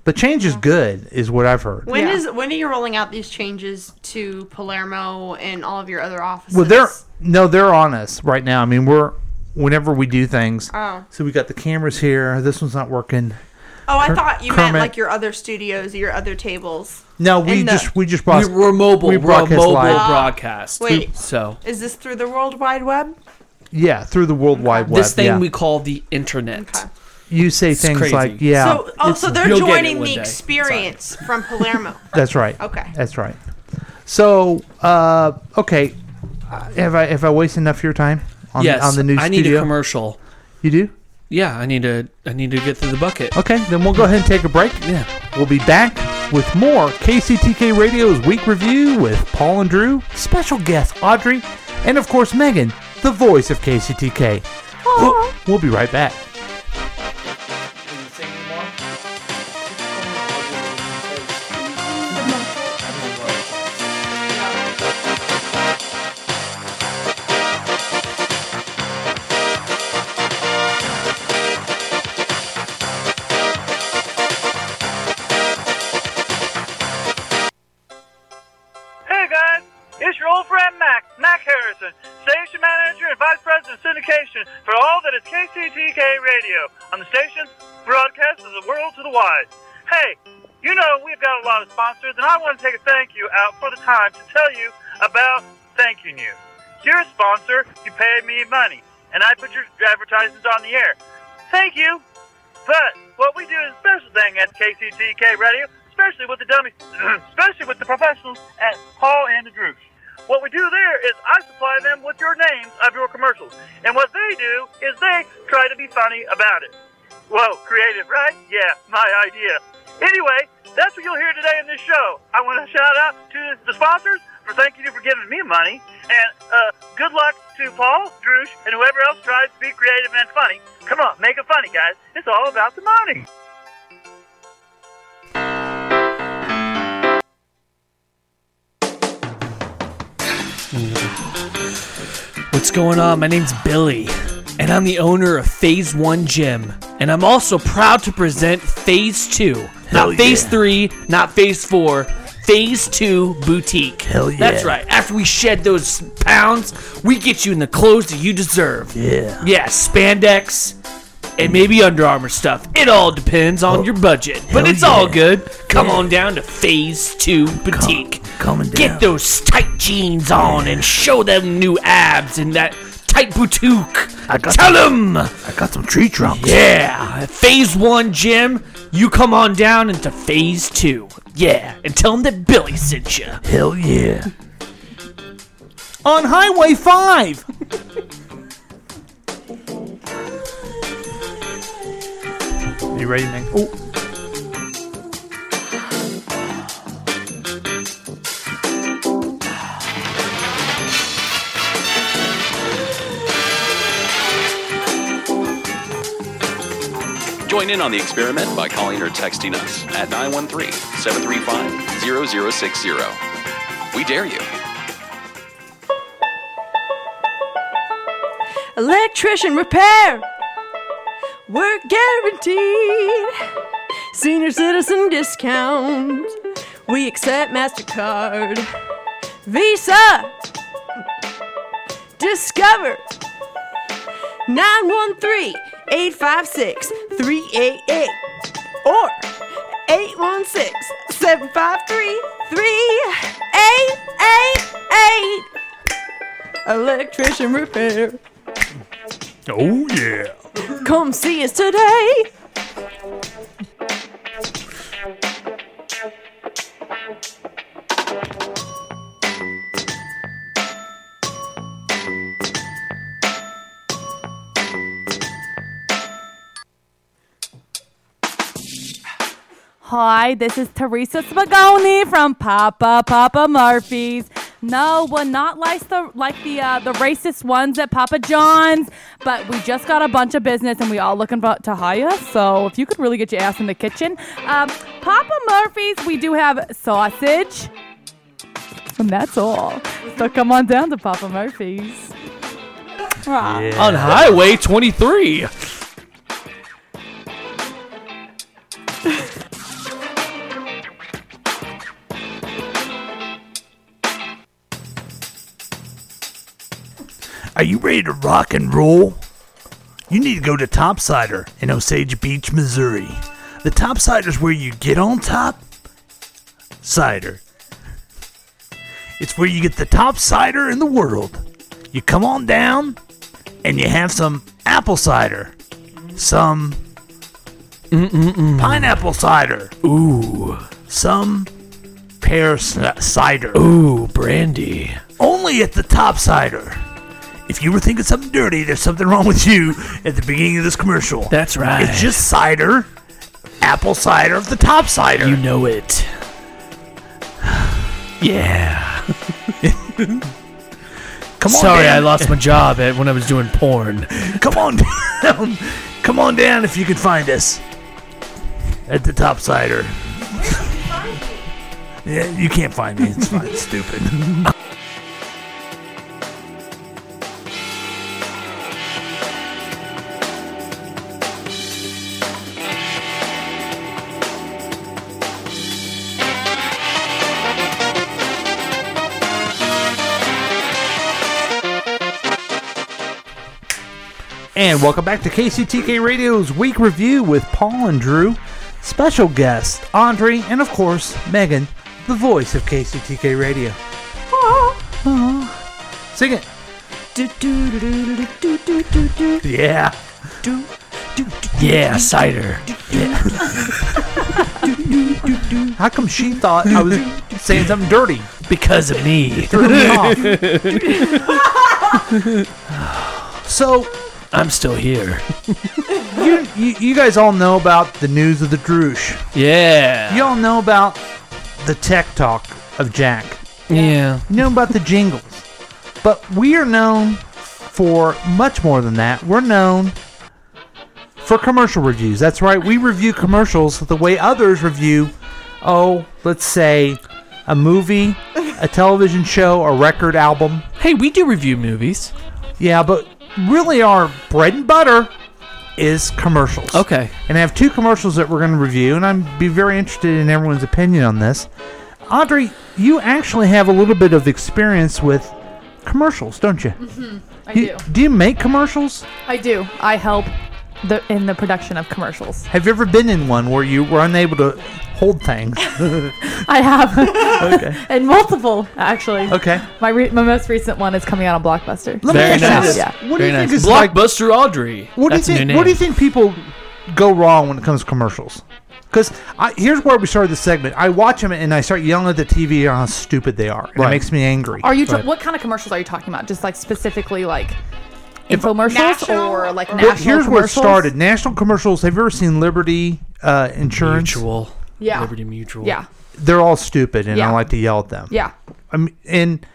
S7: But change is good, is what I've heard.
S13: When is when are you rolling out these changes to Palermo and all of your other offices?
S7: Well, they're no, they're on us right now. I mean, we're whenever we do things.
S13: Oh.
S7: So we got the cameras here. This one's not working.
S13: Oh, I
S7: Ker-
S13: thought you meant
S7: Kermit-
S13: like your other studios, your other tables.
S7: No, we
S13: And the-
S7: just we just brought
S8: We- we're mobile. We're a
S7: broadcast
S8: mobile
S7: live.
S8: broadcast.
S13: Wait.
S8: So
S13: Is this through the World Wide Web?
S7: Yeah, through the World Wide Web.
S8: this thing
S7: yeah.
S8: we call the internet.
S7: you say things
S8: crazy.
S7: like yeah.
S13: So, oh, so they're
S8: You'll get it
S13: joining
S8: one
S13: the
S8: day.
S13: experience from Palermo.
S7: That's right.
S13: Okay.
S7: That's right. So, uh, okay, Uh, have I have I wasted enough of your time on
S8: yes,
S7: on the new
S8: I need
S7: studio?
S8: a commercial.
S7: You do?
S8: Yeah, I need to. I need to get through the bucket.
S7: Okay, then we'll go ahead and take a break. Yeah, we'll be back with more KCTK Radio's week review with Paul and Drew, special guest Audrey, and of course Megan, the voice of KCTK. We'll, we'll be right back.
S14: Hey guys, it's your old friend Mac, Mac Harrison, station manager and vice president of syndication for all that is KCTK radio on the station broadcast of the world to the wide. Hey, you know we've got a lot of sponsors, and I want to take a thank you out for the time to tell you about thanking you. You're a sponsor, you paid me money, and I put your advertisements on the air. Thank you. But what we do is a special thing at KCTK Radio, especially with the dummies, especially with the professionals at Paul and the Drews. What we do there is I supply them with your names of your commercials, and what they do is they try to be funny about it. Whoa, creative, right? Yeah, my idea. Anyway, that's what you'll hear today in this show. I want to shout out to the sponsors for thanking you for giving me money, and uh, good luck to Paul, Droosh, and whoever else tries to be creative and funny. Come on, make it funny, guys. It's all about the money.
S7: Oh.
S8: What's going on? My name's Billy, and I'm the owner of Phase 1 Gym. And I'm also proud to present Phase 2. Not Phase 3, not Phase 4, Phase 2 Boutique. Hell That's
S15: yeah.
S8: right. After we shed those pounds, we get you in the clothes that you deserve.
S15: Yeah.
S8: Yeah, spandex and maybe Under Armour stuff. It all depends on your budget, but
S15: hell
S8: it's all
S15: yeah.
S8: good. Come
S15: Yeah.
S8: on down to Phase 2 Boutique.
S15: coming down.
S8: Get those tight jeans on and show them new abs in that tight boutique. I
S15: got
S8: Tell
S15: some-
S8: them.
S15: I got some tree trunks.
S8: Yeah. Phase one, Jim. You come on down into phase two. yeah, and tell them that Billy sent you.
S7: Hell yeah. On Highway 5! you ready, Nick? Oh.
S15: Join in on the experiment by calling or texting us at 913 735 0060. We dare you.
S16: Electrician repair. Work guaranteed. Senior citizen discount. We accept MasterCard, Visa, Discover. 913 856 388 or 816 753 3888. Electrician repair.
S7: Oh, yeah.
S16: Come see us today.
S17: Hi, this is Teresa Spagoni from Papa Papa Murphy's. No, we're not like the like the uh, the racist ones at Papa John's, but we just got a bunch of business and we all looking for, to hire. So if you could really get your ass in the kitchen, um, Papa Murphy's, we do have sausage, and that's all. So come on down to Papa Murphy's. Ah.
S8: On Highway 23.
S7: Are you ready to rock and roll? You need to go to Topsider in Osage Beach, Missouri. The Topsider's where you get on top cider. It's where you get the top cider in the world. You come on down and you have some apple cider, some pineapple cider,
S8: Ooh.
S7: some pear c- cider.
S8: Ooh, brandy.
S7: Only at the top cider. If you were thinking something dirty, there's something wrong with you at the beginning of this commercial.
S8: That's right.
S7: It's just cider, apple cider of the top cider. You
S8: know it. Yeah.
S7: Come on
S8: Sorry,
S7: down.
S8: I lost my job at, when I was doing porn.
S7: Come on down. Come on down if you can find us at the top cider. Yeah, you can't find me. It's fine. It's stupid. And welcome back to KCTK Radio's Week Review with Paul and Drew, special guest Andre, and of course Megan, the voice of KCTK Radio. Sing it. Yeah. Yeah, cider. Yeah. How come she thought I was saying something dirty?
S8: Because of me.
S7: Threw me So
S8: I'm still here.
S7: you, you, you guys all know about the news of the Droosh.
S8: Yeah.
S7: You all know about the tech talk of Jack.
S8: Yeah.
S7: You know about the jingles. But we are known for much more than that. We're known for commercial reviews. That's right. We review commercials the way others review, oh, let's say a movie, a television show, a record album.
S8: Hey, we do review movies.
S7: Yeah, but really our bread and butter is commercials.
S8: Okay.
S7: And I have two commercials that we're going to review, and I'd be very interested in everyone's opinion on this. Audrey, you actually have a little bit of experience with commercials, don't you?
S17: Mhm, I
S7: you,
S17: do.
S7: Do you make commercials?
S17: I do. I help the in the production of commercials.
S7: Have you ever been in one where you were unable to hold things?
S17: I have.
S7: Okay.
S17: and multiple, actually.
S7: Okay.
S17: My, re- my most recent one is coming out on Blockbuster.
S7: Let me ask you this. What do you think is like-
S8: Blockbuster Audrey?
S7: What do you
S8: That's a new
S7: think?
S8: name.
S7: What do you think people go wrong when it comes to commercials? Because here's where we started the segment. I watch them and I start yelling at the TV on how stupid they are. And It
S8: Right.
S7: makes me angry.
S17: Are you? Tra-
S7: Right.
S17: what kind of commercials are you talking about? Just like specifically like infomercials
S13: National
S17: or like
S7: Well,
S17: national
S7: here's where it
S17: commercials?
S7: started. National commercials. Have you ever seen Liberty uh, Insurance?
S8: Mutual.
S17: Yeah.
S8: Liberty Mutual.
S17: Yeah.
S7: They're all stupid, and I
S17: Yeah.
S7: like to yell at them.
S17: Yeah.
S7: I mean, and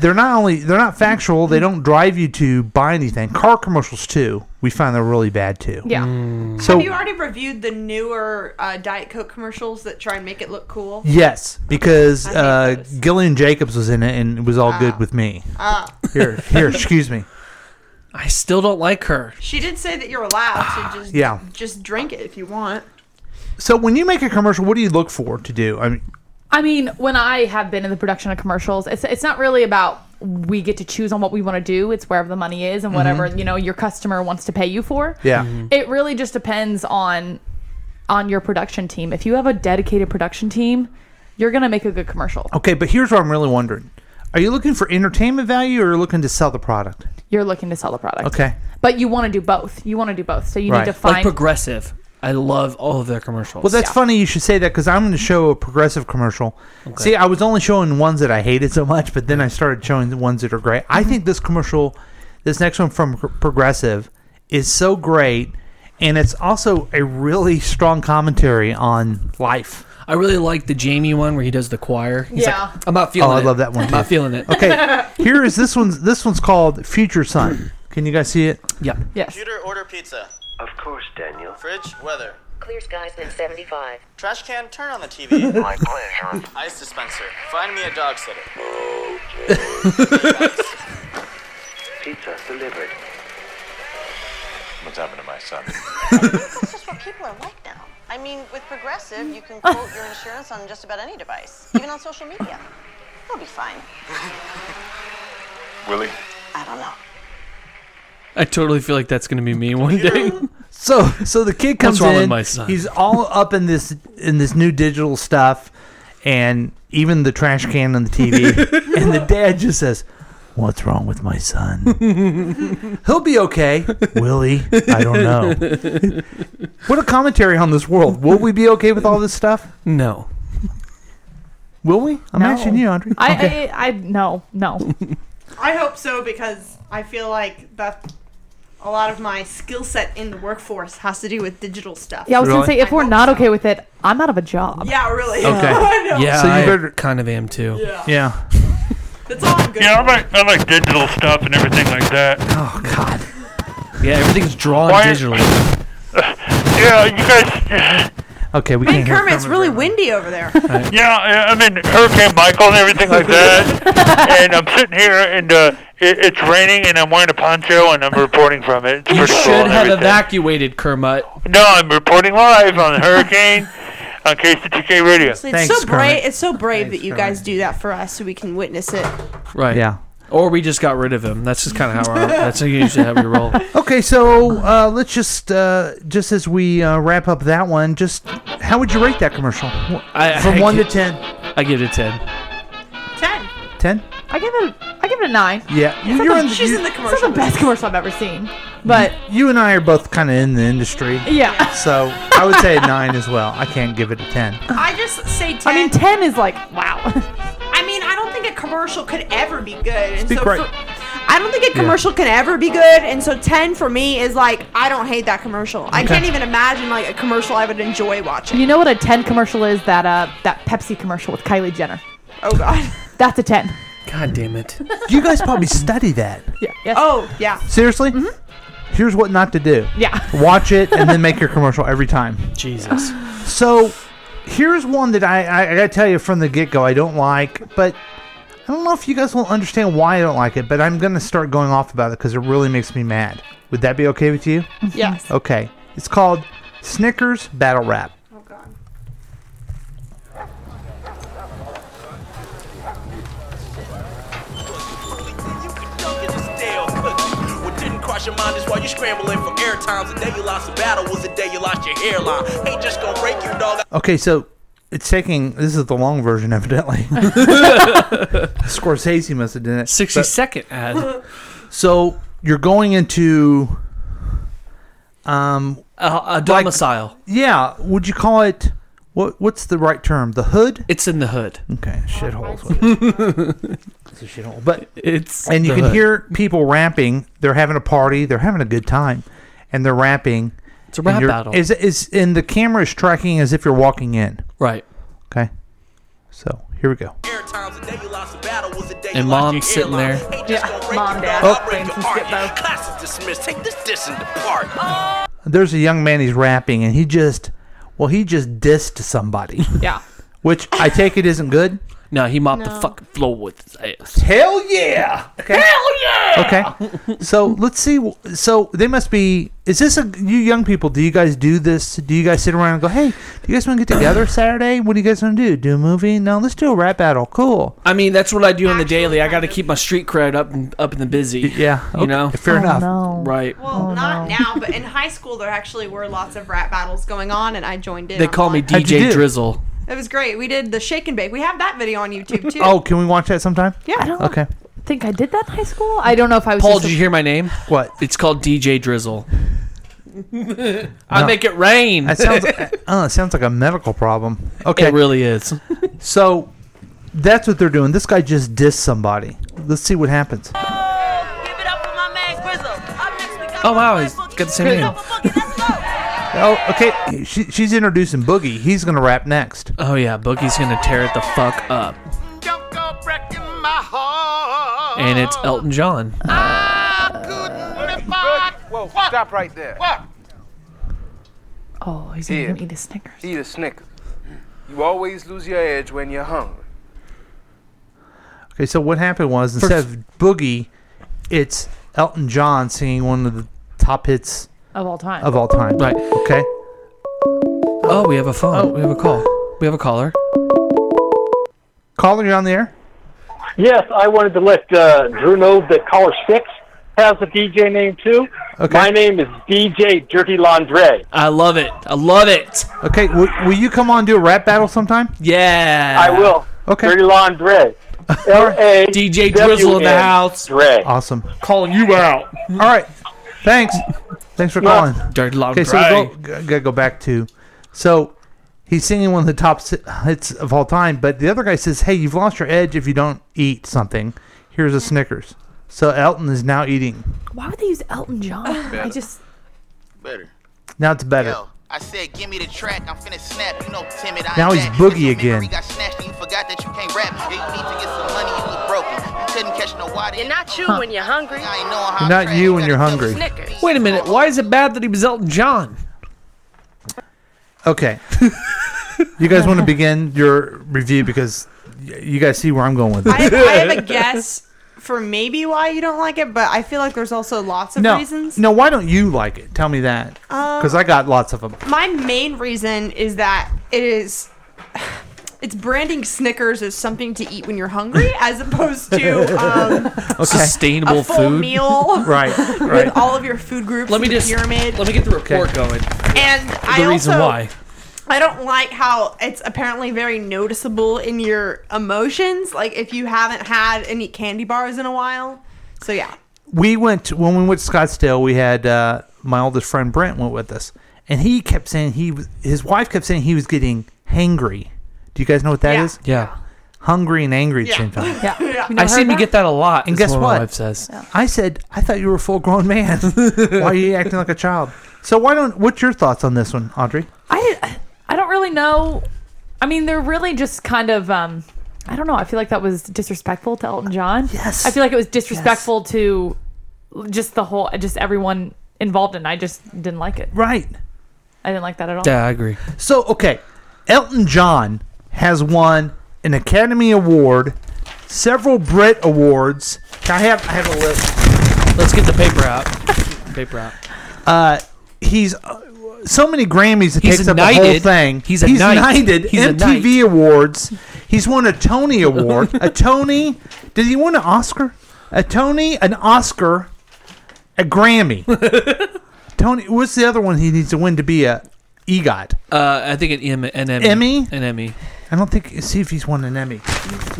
S7: they're not only they're not factual. They don't drive you to buy anything. Car commercials too. We find they're really bad too.
S13: Yeah.
S7: Mm. So
S8: Mm.
S13: Have you already reviewed the newer uh, Diet Coke commercials that try and make it look cool?
S7: yes, because uh, Gillian Jacobs was in it, and it was all good with me.
S13: Ah.
S7: Here, here. Excuse me.
S8: I still don't like her.
S13: She did say that you're allowed to just
S7: yeah.
S13: just drink it if you want.
S7: So when you make a commercial, what do you look for to do? I mean,
S17: I mean, when I have been in the production of commercials, it's it's not really about we get to choose on what we want to do. It's wherever the money is and
S7: Mm-hmm.
S17: whatever
S18: Mhm.
S17: you know your customer wants to pay you for.
S18: Yeah.
S17: It really just depends on on your production team. If you have a dedicated production team, you're gonna make a good commercial.
S7: okay, but here's what I'm really wondering: Are you looking for entertainment value, or are you looking to sell the product?
S17: You're looking to sell the product.
S7: Okay.
S17: But you want to do both. You want to do both. So you need to
S8: like
S17: find
S8: progressive. I love all of their commercials.
S7: Well, that's funny you should say that because I'm going to show a progressive commercial. See, I was only showing ones that I hated so much, but then I started showing the ones that are great.
S8: Mm-hmm.
S7: I think this commercial, this next one from Pro- Progressive, is so great, and it's also a really strong commentary on life.
S8: I really like the Jamie one where he does the choir. He's like,
S17: Yeah.
S8: I'm not feeling
S7: Oh, I
S8: it.
S7: love that one,
S8: I'm not
S7: too.
S8: feeling it.
S7: Okay, here is this one's. This one's called Future Sun. Can you guys see it?
S8: Yeah.
S19: Computer, order pizza. Of course, Daniel. Fridge, weather. Clear skies and 75. Trash can, turn on the TV.
S20: My pleasure.
S19: Ice dispenser. Find me a dog sitter.
S20: Pizza delivered. What's happened to my son?
S21: That's just what people are like now. I mean, with Progressive, you can quote your insurance on just about any device, even on social media. It'll be fine.
S20: Willie?
S21: I don't know.
S8: I totally feel like that's going to be me one day.
S7: So so the kid
S8: What's
S7: comes
S8: wrong
S7: in.
S8: with my son?
S7: He's all up in this in this new digital stuff, and even the trash can on the TV. and the dad just says, "What's wrong with my son? He'll be okay, Willie. I don't know." what a commentary on this world. Will we be okay with all this stuff?
S8: No.
S7: Will we? I'm
S17: No.
S7: asking you, Andre.
S17: I, I I no no.
S13: I hope so because I feel like that a lot of my skill set in the workforce has to do with digital stuff.
S17: Yeah, I was gonna say if
S13: I
S17: we're
S13: hope
S17: not
S13: so.
S17: okay with it, I'm out of a job.
S13: Yeah, really.
S8: Yeah,
S7: So you
S8: I
S7: better-
S8: kind of am too.
S13: Yeah.
S7: yeah.
S10: Yeah, I like I like digital stuff and everything like that.
S7: Oh God.
S8: Yeah, everything's drawn
S10: Why-
S8: digitally.
S10: Yeah, you guys.
S7: Okay, we
S13: Man,
S7: can't.
S13: Kermit, it's really windy over there.
S10: Yeah, yeah, I mean Hurricane Michael and everything like that. and I'm sitting here and uh, it, it's raining and I'm wearing a poncho and I'm reporting from it. It's
S8: You
S10: pretty cool
S8: should
S10: and
S8: have
S10: everything.
S8: evacuated Kermit.
S10: No, I'm reporting live on Hurricane on KCTK Radio.
S13: It's so brave. It's so brave that you guys do that for us, so we can witness it.
S8: Right.
S7: Yeah.
S8: Or we just got rid of him. That's just kind of how our, that's usually how we roll.
S7: Okay, so uh, let's just uh, just as we uh, wrap up that one, just how would you rate that commercial? Wh-
S8: I-
S7: From
S8: I
S7: one to
S8: gi-
S7: ten.
S8: I give it a ten.
S17: Ten.
S7: Ten?
S17: I give it I give it a nine.
S7: Yeah,
S17: It's
S7: you're
S17: not
S7: in
S17: the,
S7: the-
S17: she's
S7: you-
S17: in the commercial. It's not the best commercial I've ever seen. But
S7: You and I are both kind of in the industry.
S17: Yeah.
S7: So I would say a nine as well. I can't give it a ten.
S13: I just say ten.
S17: I mean, ten is like wow.
S13: I mean, I don't think a commercial could ever be good. And
S7: Speak
S13: so
S7: right.
S13: for- I don't think a
S7: Yeah.
S13: commercial can ever be good, and so ten for me is like I don't hate that commercial. I
S17: Okay.
S13: can't even imagine like a commercial I would enjoy watching.
S17: You know what a ten commercial is? That uh that Pepsi commercial with Kylie Jenner.
S13: Oh God.
S17: That's a ten.
S8: God damn it.
S7: You guys probably study that.
S17: Yeah. Oh
S13: yeah.
S7: Seriously? Here's what not to do.
S17: Mm-hmm. Yeah.
S7: Watch it and then make your commercial every time.
S8: Jesus.
S7: So here's one that I, I, I gotta tell you from the get go I don't like, but I don't know if you guys will understand why I don't like it, but I'm gonna start going off about it because it really makes me mad. Would that be okay with you?
S17: Yes.
S7: Okay. It's called Snickers Battle Rap.
S22: stale cookie. What didn't cross your mind is why you scrambling for air times. The day you lost the battle was the day you lost your hairline. Ain't just gonna break you, dog.
S7: Okay, so it's taking this is the long version evidently. Scorsese must have done it.
S8: Sixty
S7: But-
S8: second ad.
S7: So you're going into um
S8: a, a domicile.
S7: Yeah, would you call it what? What's the right term? The hood?
S8: It's in the hood.
S7: Okay, shitholes. it's a shithole, but
S8: it's
S7: and you
S8: the
S7: can
S8: hood.
S7: hear people rapping. They're having a party. They're having a good time, and they're rapping. It's
S8: a rap battle.
S7: Is is and the camera is tracking as if you're walking in.
S8: Right.
S7: Okay. So here we go.
S8: and mom's sitting there.
S16: Yeah, mom, dad,
S7: Oh.
S16: playing some skip
S22: Class is dismissed. Take this diss and depart.
S7: There's a young man he's rapping, and he just, well, he just dissed somebody.
S17: Yeah.
S7: Which I take it isn't good.
S8: No, he mopped the fucking floor with his ass.
S7: Hell yeah!
S8: Hell yeah!
S7: Okay. so let's see. wh- So they must be. Is this a you young people? Do you guys do this? Do you guys sit around and go, "Hey, do you guys want to get together Saturday? What do you guys want to do? Do a movie? No, let's do a rap battle. Cool.
S8: I mean, that's what I do on the daily. I got to keep my street cred up and up in the busy. Yeah, you
S7: okay,
S8: know.
S7: fair Oh, enough. no.
S8: Right.
S17: Oh,
S13: Well, not now, but in high school there actually were lots of rap battles going on, and I joined in.
S8: They
S13: on
S8: call me
S13: one.
S7: How'd you
S8: DJ
S7: do?
S8: Drizzle.
S13: It was great. We did the shake and bake. We have that video on YouTube too.
S7: Oh, can we watch that sometime?
S13: Yeah. I don't-
S7: Okay.
S17: think I did that in high school. I don't know if I was.
S8: Paul,
S17: just
S8: did you hear my name?
S7: What?
S8: It's called DJ Drizzle.
S17: a-
S8: I
S7: No.
S8: make it rain.
S7: That sounds. oh, it sounds like a medical problem. Okay.
S8: It really is.
S7: so that's what they're doing. This guy just dissed somebody. Let's see what happens.
S8: oh wow, he's got the same name.
S7: Oh, okay. She, she's introducing Boogie. He's gonna rap next.
S8: Oh yeah, Boogie's gonna tear it the fuck up. And it's Elton John.
S23: Whoa, stop right there.
S17: Oh, he's
S23: Yeah.
S17: gonna eat a Snickers.
S23: Eat a Snickers. You always lose your edge when you're hungry.
S7: Okay, so what happened was instead of Boogie, it's Elton John singing one of the top hits
S17: Of all time.
S7: of all time.
S8: Right.
S7: Okay.
S8: Oh, we have a phone. We have a call. We have a caller.
S7: Caller, you're on the air.
S2: Yes, I wanted to let uh, Drew know that caller six has a DJ name too.
S7: Okay.
S2: My name is DJ Dirty Laundre.
S8: I love it. I love it.
S7: Okay. W- will you come on and do a rap battle sometime?
S8: Yeah.
S2: I will.
S7: Okay.
S2: Dirty Laundre. L A DJ
S7: Drizzle in the house.
S2: Dre.
S7: Awesome.
S8: Calling you out.
S7: All right. Thanks. Thanks for calling.
S8: Dirty Laundry.
S7: Okay, so we go, g- gotta go back to. So he's singing one of the top si- hits of all time, but the other guy says, "Hey, you've lost your edge if you don't eat something. Here's a Snickers." So Elton is now eating.
S17: Why would they use Elton John? I just.
S18: Better.
S7: Now it's better.
S18: Yo, I said, give me the track. I'm finna snap. You know, timid. I
S7: Now
S18: ain't
S7: he's
S18: that.
S7: Boogie
S18: If your memory
S7: again.
S18: Got snatched and you forgot that you can't rap. Yeah, you need to get some money. You look broken. You couldn't catch no water. You're not you when you're hungry. I ain't knowing how.
S7: You're not you when you're hungry.
S8: Wait a minute. Why is it bad that he was Elton John?
S7: Okay. you guys want to begin your review because y- you guys see where I'm going with this.
S13: I have, I have a guess for maybe why you don't like it, but I feel like there's also lots of
S7: no,
S13: reasons. Um,
S7: no. Why don't you like it? Tell me that because I got lots of them.
S13: My main reason is that it is. It's branding Snickers as something to eat when you're hungry, as opposed to um,
S8: Sustainable
S13: a full
S8: food.
S13: meal.
S8: Right, right.
S13: With all of your food groups.
S8: Let me
S13: in the
S8: just
S13: pyramid.
S8: let me get the report going.
S13: And
S8: The
S13: I
S8: reason
S13: also,
S8: why.
S13: I don't like how it's apparently very noticeable in your emotions. Like if you haven't had any candy bars in a while. So yeah.
S7: we went when we went to Scottsdale. We had uh, my oldest friend Brent went with us, and he kept saying he was. His wife kept saying he was getting hangry. Do you guys know what that is?
S8: Yeah.
S7: Hungry and angry at the same time.
S17: Yeah.
S8: I seem to get that a lot.
S7: And
S8: is
S7: guess
S8: what?
S7: what?
S8: My wife says.
S7: I said I thought you were a full grown man. why are you acting like a child? So why don't? What's your thoughts on this one, Audrey?
S17: I don't really know. I mean, they're really just kind of. um I don't know. I feel like that was disrespectful to Elton John. Yes. I feel like it was disrespectful to just the whole, just everyone involved, and I just didn't like it.
S7: Right.
S17: I didn't like that at all.
S8: I agree.
S7: So okay, Elton John has won an Academy Award, several Brit Awards. Can I have I have a list.
S8: Let's get the paper out. Paper out.
S7: Uh, he's uh, so many Grammys. It
S8: He's
S7: takes
S8: a
S7: up the whole
S8: knighted.
S7: thing.
S8: He's a knight.
S7: knighted.
S8: He's a
S7: MTV Awards. He's won a Tony Award. a Tony. Did he win an Oscar? A Tony, an Oscar, a Grammy. Tony. What's the other one he needs to win to be a EGOT?
S8: Uh, I think an em- an Emmy.
S7: Emmy?
S8: An Emmy.
S7: I don't think. See if he's won an Emmy.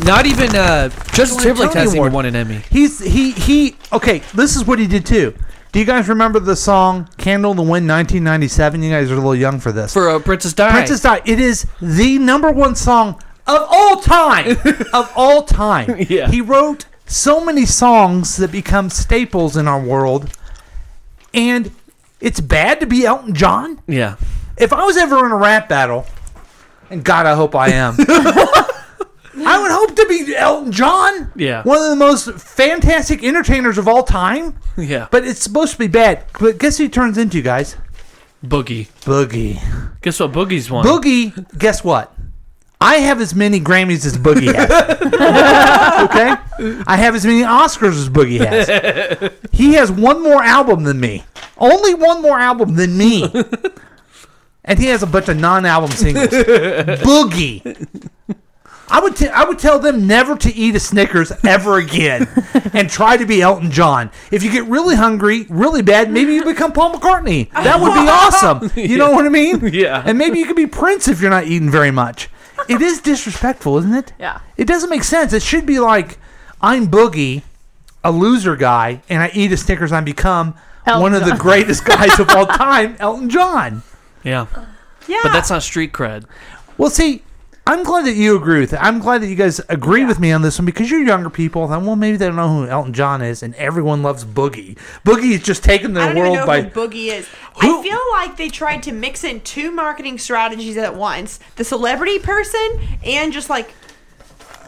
S8: Not even uh,
S7: He's won
S8: Justin
S7: a
S8: Timberlake
S7: Tony
S8: hasn't even
S7: Award.
S8: won an Emmy.
S7: He's he he. Okay, this is what he did too. Do you guys remember the song "Candle in the Wind" 1997? You guys are a little young for this.
S8: For uh, Princess Di.
S7: Princess Di. It is the number one song of all time. of all time. Yeah. He wrote so many songs that become staples in our world, and it's bad to be Elton John.
S8: Yeah.
S7: If I was ever in a rap battle, and God, I hope I am. I would hope to be Elton John.
S8: Yeah.
S7: One of the most fantastic entertainers of all time.
S8: Yeah.
S7: But it's supposed to be bad. But guess who he turns into, guys?
S8: Boogie.
S7: Boogie.
S8: Guess what? Boogie's one.
S7: Boogie, guess what? I have as many Grammys as Boogie has. okay? I have as many Oscars as Boogie has. He has one more album than me. Only one more album than me. and he has a bunch of non-album singles. Boogie. I would t- I would tell them never to eat a Snickers ever again and try to be Elton John. If you get really hungry, really bad, maybe you become Paul McCartney. That would be awesome. You know what I mean?
S8: Yeah.
S7: And maybe you could be Prince if you're not eating very much. It is disrespectful, isn't it?
S17: Yeah.
S7: It doesn't make sense. It should be like I'm Boogie, a loser guy, and I eat a Snickers and I become
S8: Elton
S7: one of the
S8: John.
S7: greatest guys of all time, Elton John.
S8: Yeah. Yeah. But that's not street cred.
S7: Well, see, I'm glad that you agree with it. I'm glad that you guys agree with me on this one because you're younger people. And well, maybe they don't know who Elton John is, and everyone loves Boogie. Boogie is just taking the
S13: I don't even
S7: world
S13: know
S7: by.
S13: who Boogie is. I feel like they tried to mix in two marketing strategies at once: the celebrity person and just like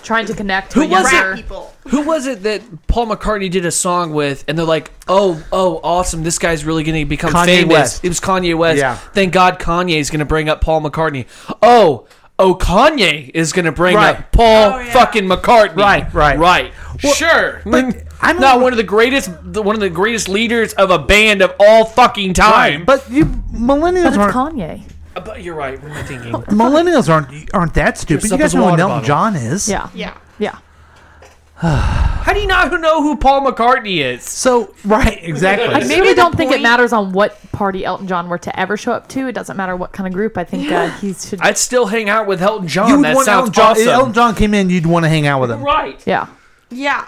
S17: trying to connect
S8: Who was
S13: rap
S8: it?
S13: people.
S8: Who was it that Paul McCartney did a song with, and they're like, "Oh, oh, awesome! This guy's really going to become
S7: Kanye
S8: famous."
S7: West.
S8: It was Kanye West.
S7: Yeah.
S8: Thank God Kanye's going to bring up Paul McCartney. Oh, oh, Kanye is going to bring
S7: Right.
S8: up
S17: Oh,
S8: Paul fucking McCartney.
S7: Right, right,
S8: right. sure,
S7: but
S8: I'm not one of the greatest, the- one of the greatest leaders of a band of all fucking time. Uh,
S7: Right, but you millennials aren't
S17: Kanye.
S8: But you're right. What am I thinking?
S7: millennials aren't aren't that stupid.
S8: Dressed
S7: You
S8: up
S7: guys
S8: as a
S7: know who
S8: water
S7: Elton
S8: bottle.
S7: John is.
S8: yeah.
S17: Yeah.
S8: How do you not know who Paul McCartney is?
S7: So right, exactly.
S17: I maybe don't think it matters on what party Elton John were to ever show up to. It doesn't matter what kind of group. I think uh, he should.
S8: I'd still hang out with Elton John.
S7: You would
S8: that
S7: want
S8: sounds
S7: Elton John.
S8: awesome.
S7: If Elton John came in, you'd want to hang out with him.
S8: Right.
S17: Yeah.
S13: Yeah.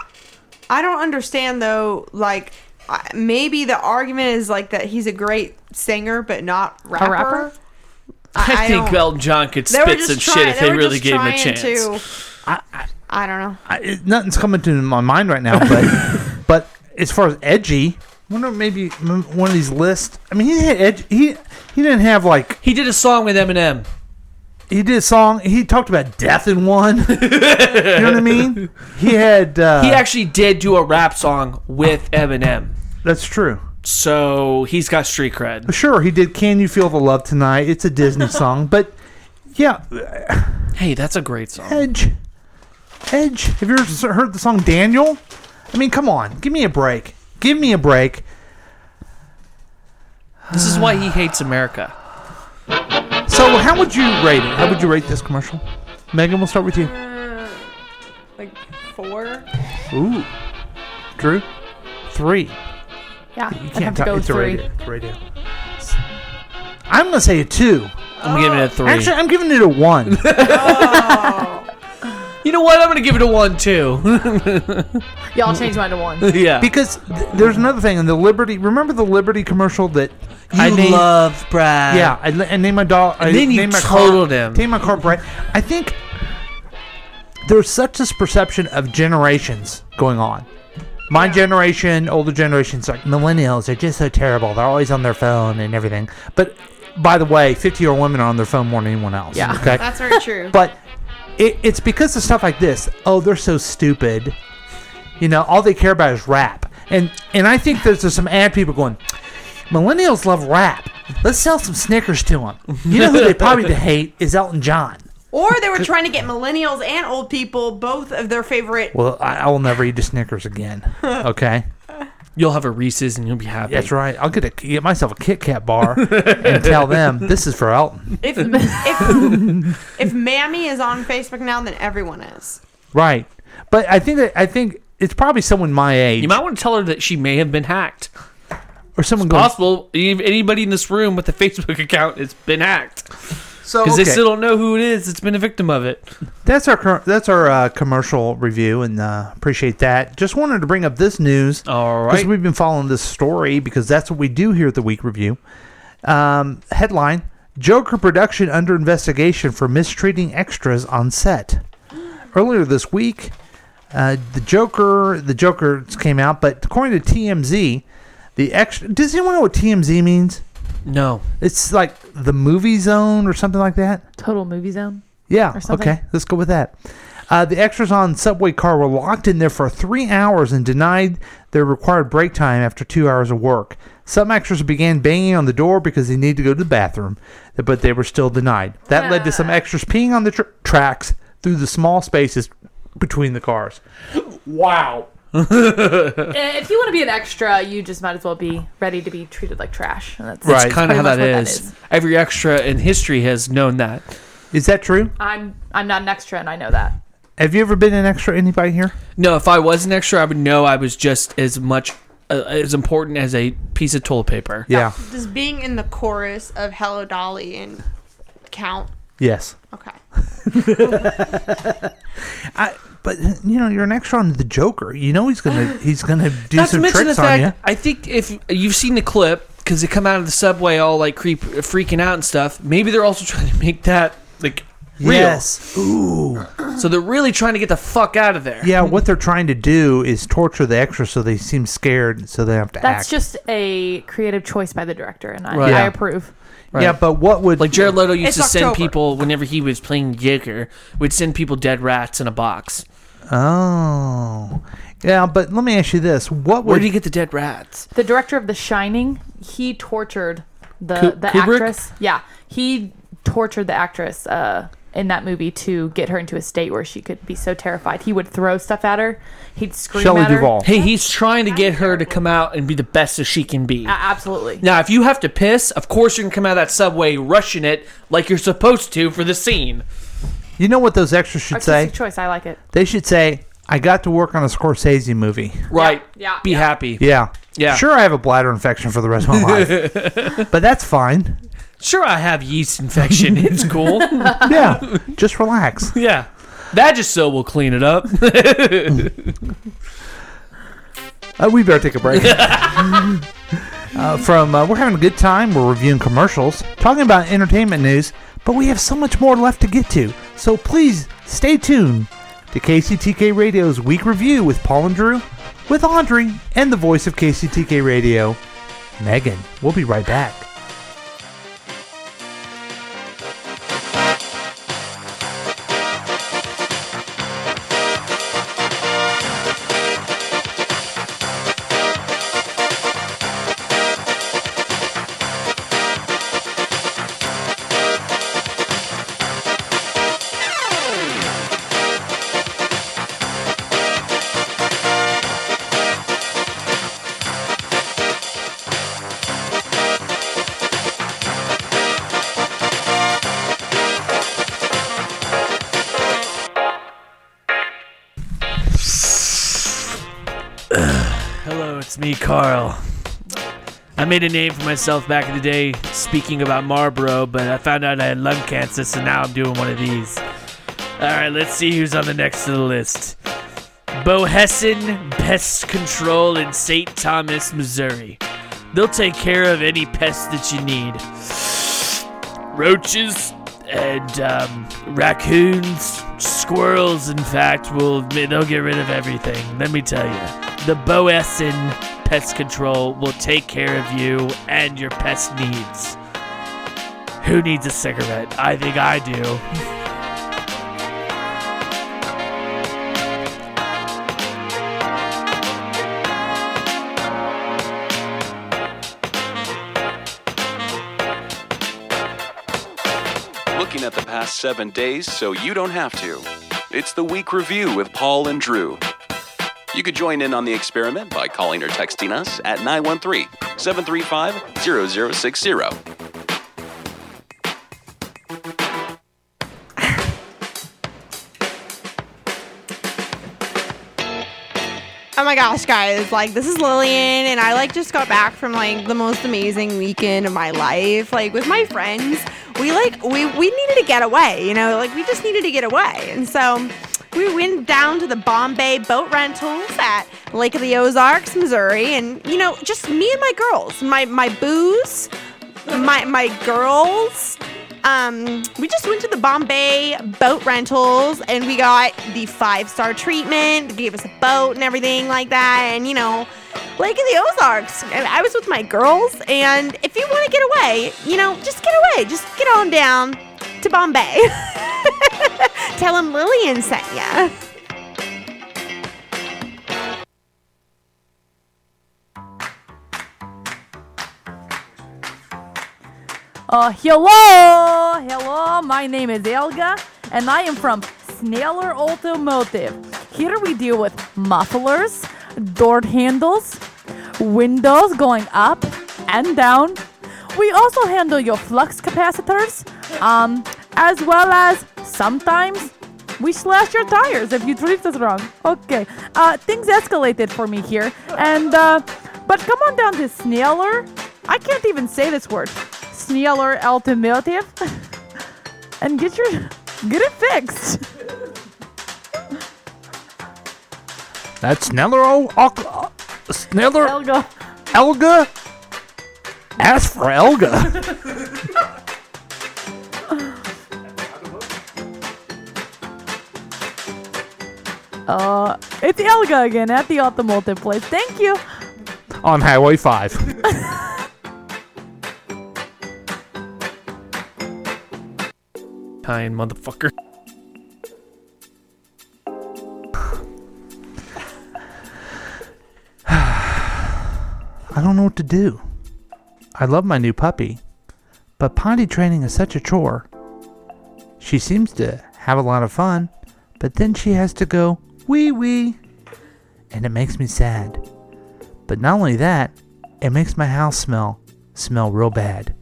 S13: I don't understand though. Like I- maybe the argument is like that he's a great singer, but not rapper.
S8: rapper? I, think
S13: don't-
S8: Elton John could
S13: They were
S8: spit
S13: just
S8: some
S13: trying-
S8: shit if
S13: they
S8: they,
S13: were
S8: really
S13: just
S8: gave him a
S13: trying
S8: chance.
S13: to- I don't know.
S7: I, it, nothing's coming to my mind right now, but but as far as edgy, wonder maybe m- one of these lists. I mean, he had edgy, he he didn't have like
S8: he did a song with Eminem.
S7: He did a song. He talked about death in one. you know what I mean? He had. Uh,
S8: he actually did do a rap song with Eminem,
S7: That's true.
S8: so he's got street cred.
S7: Sure, he did. Can you feel the love tonight? It's a Disney song, but yeah,
S8: Hey, that's a great song.
S7: Edge. Edge. Have you ever s- heard the song Daniel? I mean, come on. Give me a break. Give me a break.
S8: This is why he hates America.
S7: So, how would you rate it? How would you rate this commercial? Megan, we'll start with you.
S13: Like four.
S7: Ooh. Drew? Three.
S17: Yeah.
S7: You
S17: I'd have
S7: can't
S17: to
S7: tell.
S17: go
S7: It's a
S17: three.
S7: radio. It's a radio. I'm going to say a two.
S8: I'm giving it a three.
S7: Actually, I'm giving it a one.
S8: you know what? I'm gonna give it a one too.
S17: Y'all change mine to one.
S7: Because th- there's another thing in the Liberty. Remember the Liberty commercial that I
S8: You
S7: named,
S8: love Brad.
S7: Yeah, I, li- I named my dog.
S8: And
S7: I
S8: then you
S7: named my
S8: totaled
S7: car,
S8: him.
S7: Named my car Brad. I think there's such this perception of generations going on. My generation, older generations, like millennials, are just so terrible. They're always on their phone and everything. But by the way, 50 year old women are on their phone more than anyone else.
S13: Yeah.
S7: Okay?
S13: That's very true.
S7: But it, it's because of stuff like this. Oh, they're so stupid. You know, all they care about is rap. And and I think there's, there's some ad people going, millennials love rap. Let's sell some Snickers to them. You know who they probably hate is Elton John.
S13: Or they were trying to get millennials and old people both of their favorite.
S7: Well, I, I will never eat a Snickers again. Okay.
S8: You'll have a Reese's and you'll be happy.
S7: That's right. I'll get a, get myself a Kit Kat bar and tell them this is for Elton.
S13: If if if Mammy is on Facebook now, then everyone is.
S7: Right. But I think that I think it's probably someone my age
S8: You might want to tell her that she may have been hacked.
S7: or someone
S8: It's
S7: going
S8: possible. e- Anybody in this room with a Facebook account has been hacked.
S7: So,
S8: because they
S7: okay.
S8: still don't know who it is that's been a victim of it.
S7: That's our cur- that's our uh, commercial review, and uh, appreciate that. Just wanted to bring up this news. All
S8: right.
S7: we've been following this story because that's what we do here at the Week Review. Um, headline: Joker production under investigation for mistreating extras on set. Earlier this week, uh, the Joker the Joker came out, but according to TMZ, the extra. Does anyone know what TMZ means?
S8: No.
S7: It's like the movie zone or something like that.
S17: Total movie zone.
S7: Yeah.
S17: or something.
S7: Okay. Let's go with that. Uh, the extras on subway car were locked in there for three hours and denied their required break time after two hours of work. Some extras began banging on the door because they needed to go to the bathroom, but they were still denied. That led to some extras peeing on the tr- tracks through the small spaces between the cars.
S8: Wow.
S17: Uh, if you want to be an extra, you just might as well be ready to be treated like trash. And That's,
S8: That's
S17: that's
S8: kind of how
S17: pretty much
S8: that
S17: what
S8: is. Every extra in history has known that.
S7: Is that true?
S17: I'm I'm not an extra, and I know that.
S7: Have you ever been an extra? Anybody here?
S8: No, if I was an extra, I would know I was just as much uh, as important as a piece of toilet paper.
S7: Yeah.
S13: Does being in the chorus of Hello Dolly and count?
S7: Yes.
S13: Okay.
S7: I, but you know, you're an extra on the Joker. You know he's gonna he's gonna do
S8: Not to
S7: some
S8: mention
S7: tricks
S8: the
S7: on
S8: fact,
S7: you.
S8: I think if you've seen the clip, because they come out of the subway all like creep, freaking out and stuff. Maybe they're also trying to make that like real.
S7: Yes. Ooh.
S8: So they're really trying to get the fuck out of there.
S7: Yeah, what they're trying to do is torture the extra so they seem scared, so they have to
S17: That's
S7: act.
S17: just a creative choice by the director, and I,
S7: Right.
S17: I
S7: Yeah.
S17: approve.
S7: Yeah, but what would
S8: like Jared Leto used
S17: It's
S8: to send
S17: October.
S8: people whenever he was playing Joker, would send people dead rats in a box.
S7: oh, yeah. But let me ask you this: What would
S8: Where do you get the dead rats?
S17: The director of The Shining, he tortured the
S8: Ku-
S17: the
S8: Kubrick?
S17: actress. Yeah, he tortured the actress uh, in that movie to get her into a state where she could be so terrified. He would throw stuff at her. He'd scream at her.
S8: Hey, he's trying to get her to come out and be the best that she can be.
S17: A- absolutely.
S8: Now, if you have to piss, of course you're gonna come out of that subway rushing it like you're supposed to for the scene.
S7: you know what those extras should
S17: Artistic
S7: say?
S17: choice. I like it.
S7: They should say, "I got to work on a Scorsese movie."
S8: Right.
S17: Yeah.
S8: Be happy.
S7: Yeah.
S8: Yeah.
S7: Sure, I have a bladder infection for the rest of my life, but that's fine.
S8: Sure, I have yeast infection. It's cool.
S7: yeah. Just relax.
S8: Yeah. Vagisil will clean it up.
S7: Uh, we better take a break. uh, from uh, we're having a good time. We're reviewing commercials, talking about entertainment news, but we have so much more left to get to. So please stay tuned to KCTK Radio's week review with Paul and Drew, with Andre and the voice of KCTK Radio, Megan. We'll be right back.
S8: Hello, it's me, Carl. I made a name for myself back in the day speaking about Marlboro, but I found out I had lung cancer, so now I'm doing one of these. Alright, let's see who's on the next to the list. Bohessen Pest Control in St. Thomas, Missouri. They'll take care of any pest that you need roaches and um, raccoons, squirrels. In fact, will they'll get rid of everything. Let me tell you, the Boessen Pest Control will take care of you and your pest needs. Who needs a cigarette? I think I do.
S15: Looking at the past seven days so you don't have to. It's the week review with Paul and Drew. You could join in on the experiment by calling or texting us at 913 735 0060.
S13: Oh my gosh, guys! Like this is Lillian, and I like just got back from like the most amazing weekend of my life, like with my friends. we like we we needed to get away. You know, like we just needed to get away, and so we went down to the Bombay Boat Rentals at Lake of the Ozarks, Missouri, and you know, just me and my girls, my my booze, my my girls. Um, we just went to the Bombay boat rentals and we got the five star treatment. They gave us a boat and everything like that. And you know, Lake of the Ozarks. And I was with my girls. And if you want to get away, you know, just get away. Just get on down to Bombay. Tell them Lillian sent ya.
S17: Uh, hello, hello. My name is Elga, and I am from Sneller Automotive. Here we deal with mufflers, door handles, windows going up and down. We also handle your flux capacitors, um, as well as sometimes we slash your tires if you treat us wrong. Okay, uh, things escalated for me here, and uh, but come on down to Sneller. I can't even say this word. Sneller Automotive, and get your get it fixed.
S7: That's Sneller. O- uh, Sneller.
S17: Elga.
S7: Elga. Ask for Elga.
S17: Uh, it's Elga again at the automotive place. Thank you.
S7: on Highway 5.
S8: Tying motherfucker.
S7: I don't know what to do. I love my new puppy, but potty training is such a chore. She seems to have a lot of fun, but then she has to go wee wee, and it makes me sad. But not only that, it makes my house smell smell real bad.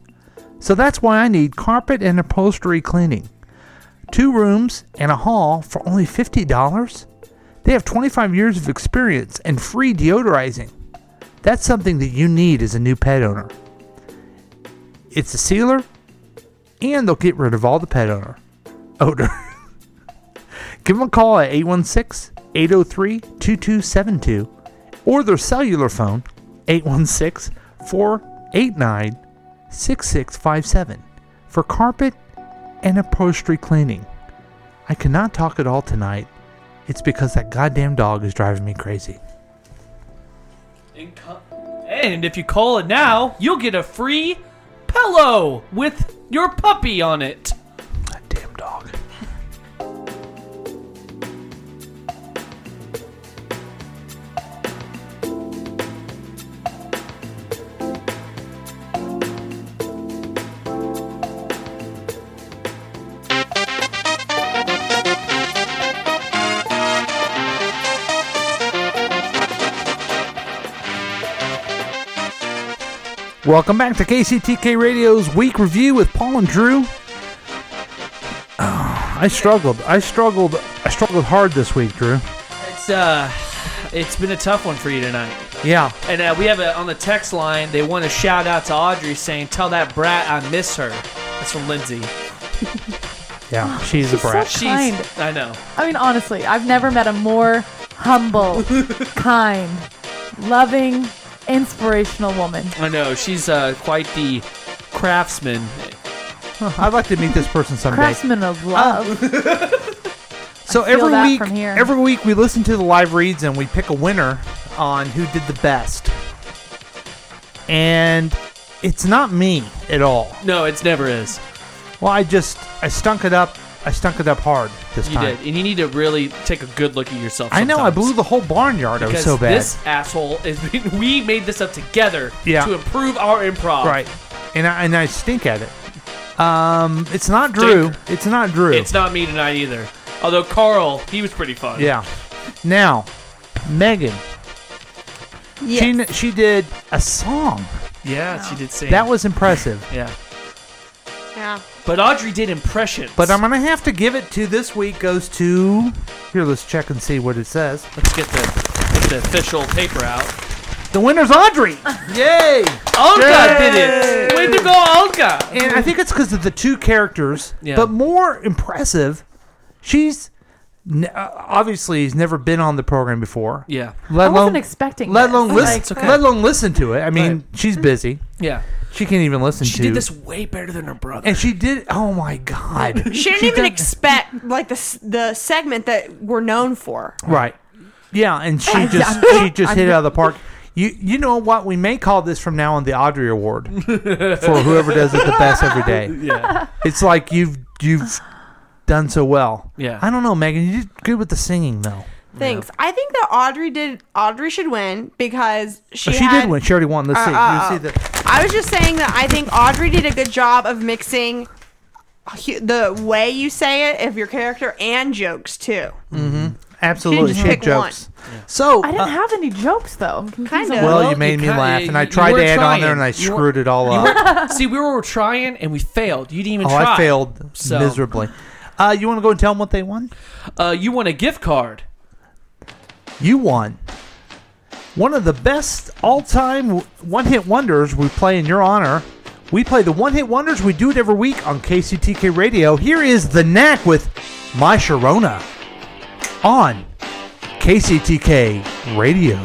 S7: So that's why I need carpet and upholstery cleaning. Two rooms and a hall for only $50? They have 25 years of experience and free deodorizing. That's something that you need as a new pet owner. It's a sealer, and they'll get rid of all the pet owner odor. Give them a call at 816 803 2272 or their cellular phone 816 489 6657 for carpet and upholstery cleaning. I cannot talk at all tonight. It's because that goddamn dog is driving me crazy.
S8: And if you call it now, you'll get a free pillow with your puppy on it.
S7: Welcome back to KCTK Radio's week review with Paul and Drew. Ah, I struggled. I struggled. I struggled hard this week, Drew.
S8: It's uh, it's been a tough one for you tonight.
S7: Yeah.
S8: And uh, we have a, on the text line. They want to shout out to Audrey saying, "Tell that brat I miss her." That's from Lindsay.
S7: Yeah, she's, a brat.
S8: She's-
S17: kind.
S8: I know.
S17: I mean, honestly, I've never met a more humble, kind, loving, inspirational woman.
S8: I know. She's uh, quite the craftsman.
S7: Huh, I'd like to meet this person someday.
S17: Craftsman of love.
S7: So
S17: I feel
S7: every
S17: that
S7: week,
S17: from here.
S7: every week we listen to the live reads and we pick a winner on who did the best. And it's not me at all.
S8: No, it's never is.
S7: Well, I just I stunk it up. I stunk it up hard this
S8: You
S7: time.
S8: did, and you need to really take a good look at yourself.
S7: I know I
S8: sometimes.
S7: blew the whole barnyard. I was
S8: Because
S7: so bad.
S8: this asshole is. We made this up together
S7: Yeah.
S8: to improve our improv.
S7: Right. And I, and I stink at it. Um, it's not Drew. It's not Drew.
S8: It's not me tonight either. Although Carl, he was pretty fun.
S7: yeah. Now, Megan. She kn- she did a song.
S8: Yeah, she did sing.
S7: That was impressive.
S8: Yeah.
S13: Yeah.
S8: But Audrey did impressions.
S7: But I'm gonna have to give it to this week goes to. Here, let's check and see what it says.
S8: Let's get the get the official paper out.
S7: The winner's Audrey. Yay!
S8: Olga did it. Way to go, Olga.
S7: And I think it's because of the two characters. But more impressive, she's n- uh, obviously has never been on the program before.
S8: Yeah.
S7: Let
S17: I
S7: alone
S17: wasn't expecting.
S7: let alone
S17: this.
S7: listen.
S17: Like,
S7: Let alone listen to it. I mean, she's busy.
S8: Yeah.
S7: She can't even listen
S8: She
S7: to.
S8: did this way better than her brother.
S7: And she did. Oh my God.
S13: She didn't even expect like the s- the segment that we're known for.
S7: Right. Yeah, and she
S13: I-
S7: just
S13: I-
S7: she just
S13: I-
S7: hit it out of the park. You you know what? We may call this from now on the Audrey Award for whoever does it the best every day.
S8: Yeah.
S7: It's like you've you've done so well.
S8: Yeah.
S7: I don't know, Megan. You did good with the singing though.
S13: Thanks. I think that Audrey did. Audrey should win because she
S7: She,
S13: had-
S7: did win. She already won. Let's see.
S13: Uh,
S7: You
S13: uh,
S7: see the
S13: I was just saying that I think Audrey did a good job of mixing hu- the way you say it, of your character, and jokes too.
S7: mm-hmm. Absolutely.
S13: She
S7: She,
S13: just
S7: had
S13: picked one.
S7: jokes. So uh,
S17: I didn't have any jokes though. Kind
S7: Well, you made me laugh, and I tried to add on there, and I screwed it all up.
S8: See, we were trying and we failed. You didn't even
S7: Oh,
S8: try.
S7: I failed
S8: So-
S7: miserably. Uh, you want to go and tell them what they won?
S8: Uh, you won a gift card.
S7: You won. One of the best all time one hit wonders we play in your honor. We play the one hit wonders. We do it every week on KCTK Radio. Here is The Knack with My Sharona on KCTK Radio.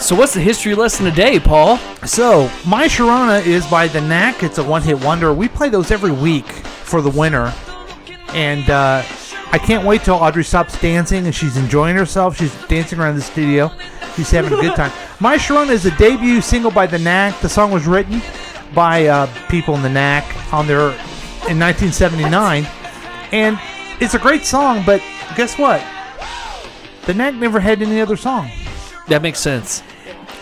S8: So, what's the history lesson today, Paul?
S7: So, My Sharona is by The Knack. It's a one hit wonder. We play those every week for the winner. And uh, I can't wait till Audrey stops dancing and she's enjoying herself. She's dancing around the studio. She's having a good time. My Sharona is a debut single by The Knack. The song was written by uh, people in The Knack on their in 1979. And it's a great song, but guess what? The Knack never had any other song.
S8: That makes sense.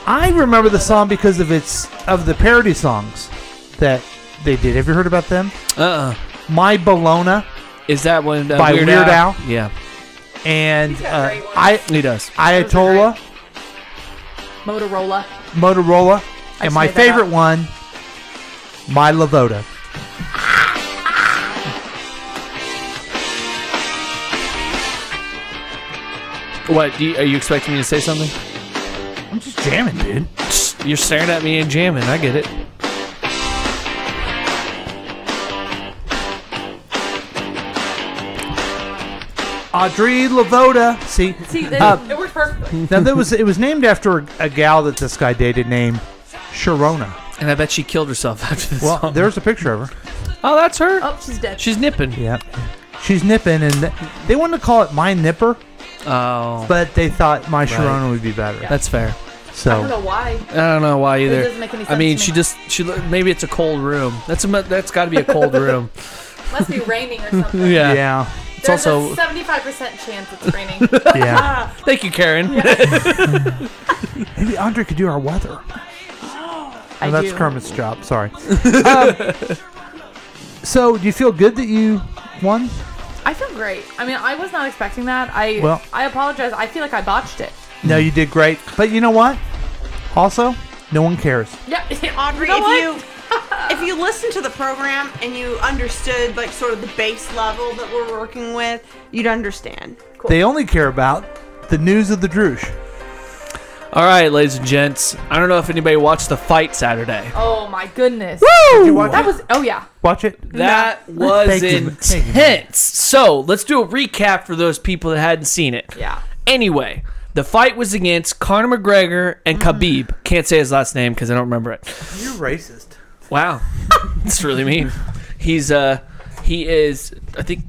S7: I remember the song because of its of the parody songs that they did. Have you heard about them?
S8: Uh. uh
S7: My Bologna
S8: Is that one uh,
S7: by Weird, Al,
S8: Yeah.
S7: and uh, I
S8: he does
S7: Ayatollah,
S17: Motorola.
S7: Motorola,
S17: I
S7: and my
S17: made that
S7: favorite one, My Lavoda.
S8: What? Do you, are you expecting me to say something?
S7: I'm just jamming, dude.
S8: You're staring at me and jamming. I get it.
S7: Audrey Lavoda. See,
S17: See, they,
S7: uh,
S17: it worked perfectly.
S7: now that was it was named after a, a gal that this guy dated named Sharona.
S8: And I bet she killed herself after this.
S7: Well,
S8: song.
S7: there's a picture of her.
S8: Oh, that's her.
S17: Oh, she's dead.
S8: She's nipping.
S7: Yeah. She's nipping, and th- they wanted to call it My Nipper,
S8: Oh.
S7: but they thought My
S8: Right.
S7: Sharona would be better.
S8: That's fair.
S7: So
S17: I don't know why.
S8: I don't know why either.
S17: doesn't make any
S8: I
S17: sense
S8: mean,
S17: to
S8: she
S17: me.
S8: just she lo- maybe it's a cold room. That's a mu- that's got to be a cold room.
S17: Must be raining or something.
S8: yeah.
S7: Yeah.
S8: It's
S17: There's
S8: also
S17: a 75% chance it's raining.
S7: Yeah.
S8: Thank you, Karen.
S7: Maybe Andre could do our weather.
S17: I
S7: No, that's
S17: do.
S7: Kermit's job. Sorry. um, so, do you feel good that you won?
S17: I feel great. I mean, I was not expecting that. I
S7: Well-
S17: I apologize. I feel like I botched it.
S7: No, you did great. But you know what? Also, no one cares.
S17: Yeah,
S13: Audrey,
S17: You know what?
S13: if you if you listen to the program and you understood like sort of the base level that we're working with, you'd understand.
S7: They only care about the news of the Droosh.
S8: All right, ladies and gents. I don't know if anybody watched the fight Saturday.
S17: Oh my goodness.
S7: Woo! Did you watch
S17: that
S7: it?
S17: was. Oh yeah.
S7: Watch it.
S8: That
S7: No.
S8: was
S7: Thank you. Thank you.
S8: intense. So let's do a recap for those people that hadn't seen it.
S17: Yeah.
S8: Anyway, the fight was against Conor McGregor and
S17: Mm-hmm.
S8: Khabib. Can't say his last name because I don't remember it.
S7: You're racist.
S8: Wow, that's really mean. He's uh, he is. I think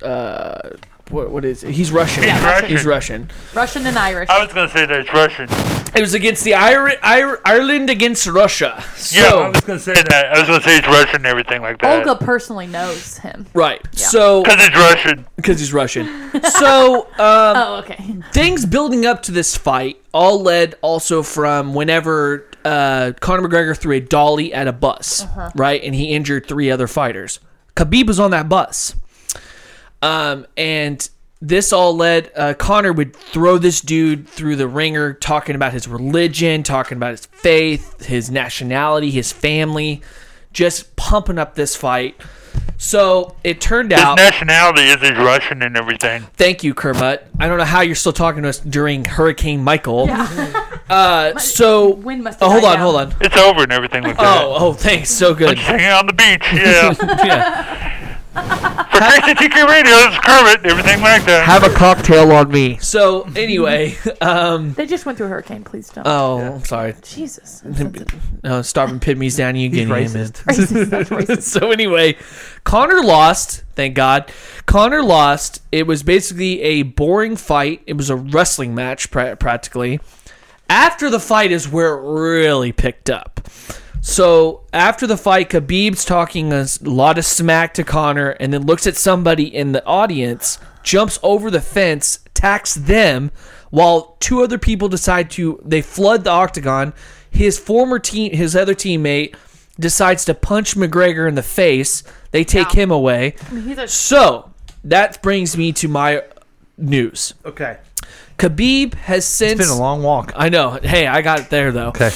S8: uh, what what is? He's Russian.
S10: He's Russian.
S8: He's Russian.
S17: Russian and Irish.
S10: I was gonna say that it's Russian.
S8: It was against the Ir- Ir- Ireland against Russia. So,
S10: yeah, I was gonna say that. I was gonna say it's Russian and everything like that.
S17: Olga personally knows him.
S8: Right. So
S10: Because it's Russian.
S8: because he's Russian. So um,
S17: Oh okay.
S8: things building up to this fight all led also from whenever uh, Conor McGregor threw a dolly at a bus,
S1: Uh-huh.
S8: right? And he injured three other fighters. Khabib was on that bus. Um, and this all led uh, Connor would throw this dude through the ringer, talking about his religion, talking about his faith, his nationality, his family, just pumping up this fight. So it turned
S10: His
S8: out.
S10: nationality is he's Russian and everything.
S8: Thank you, Kermit. I don't know how you're still talking to us during Hurricane Michael.
S17: Yeah.
S8: Uh, so
S17: Wind must
S8: oh,
S17: have
S8: hold on,
S17: died
S8: hold
S17: down.
S8: on.
S10: It's over and everything like that.
S8: Oh, oh, thanks, so good.
S10: I'm just hanging on the beach, yeah. For KCTK Radio, it's Kermit, everything like that.
S7: Have a cocktail on me.
S8: So anyway, um,
S17: They just went through a hurricane. Please don't.
S8: oh, I'm sorry.
S17: Jesus.
S8: No, starving pygmies down in Guinea.
S7: He's
S8: man. so anyway, Connor lost. Thank God, Connor lost. It was basically a boring fight. It was a wrestling match pra- practically. After the fight is where it really picked up. So after the fight, Khabib's talking a s- lot of smack to Connor, and then looks at somebody in the audience, jumps over the fence, attacks them, while two other people decide to they flood the octagon. His former team, his other teammate, decides to punch McGregor in the face. They take him away.
S17: I mean, he's a-
S8: so that brings me to my news.
S7: Okay.
S8: Khabib has since
S7: been a long walk.
S8: I know. Hey, I got it there though.
S7: Okay.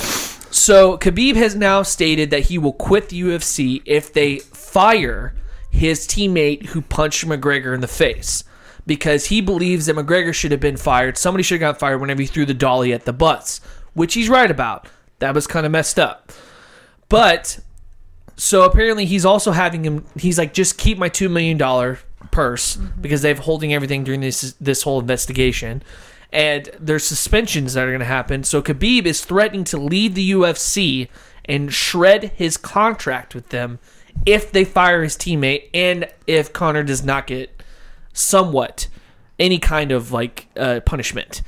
S8: So Khabib has now stated that he will quit the UFC if they fire his teammate who punched McGregor in the face because he believes that McGregor should have been fired. Somebody should have got fired whenever he threw the dolly at the butts, which he's right about. That was kind of messed up. But so apparently he's also having him. He's like, just keep my two million dollar purse because they've holding everything during this this whole investigation, and there's suspensions that are going to happen. So Khabib is threatening to leave the UFC and shred his contract with them if they fire his teammate and if Connor does not get somewhat any kind of like uh, punishment.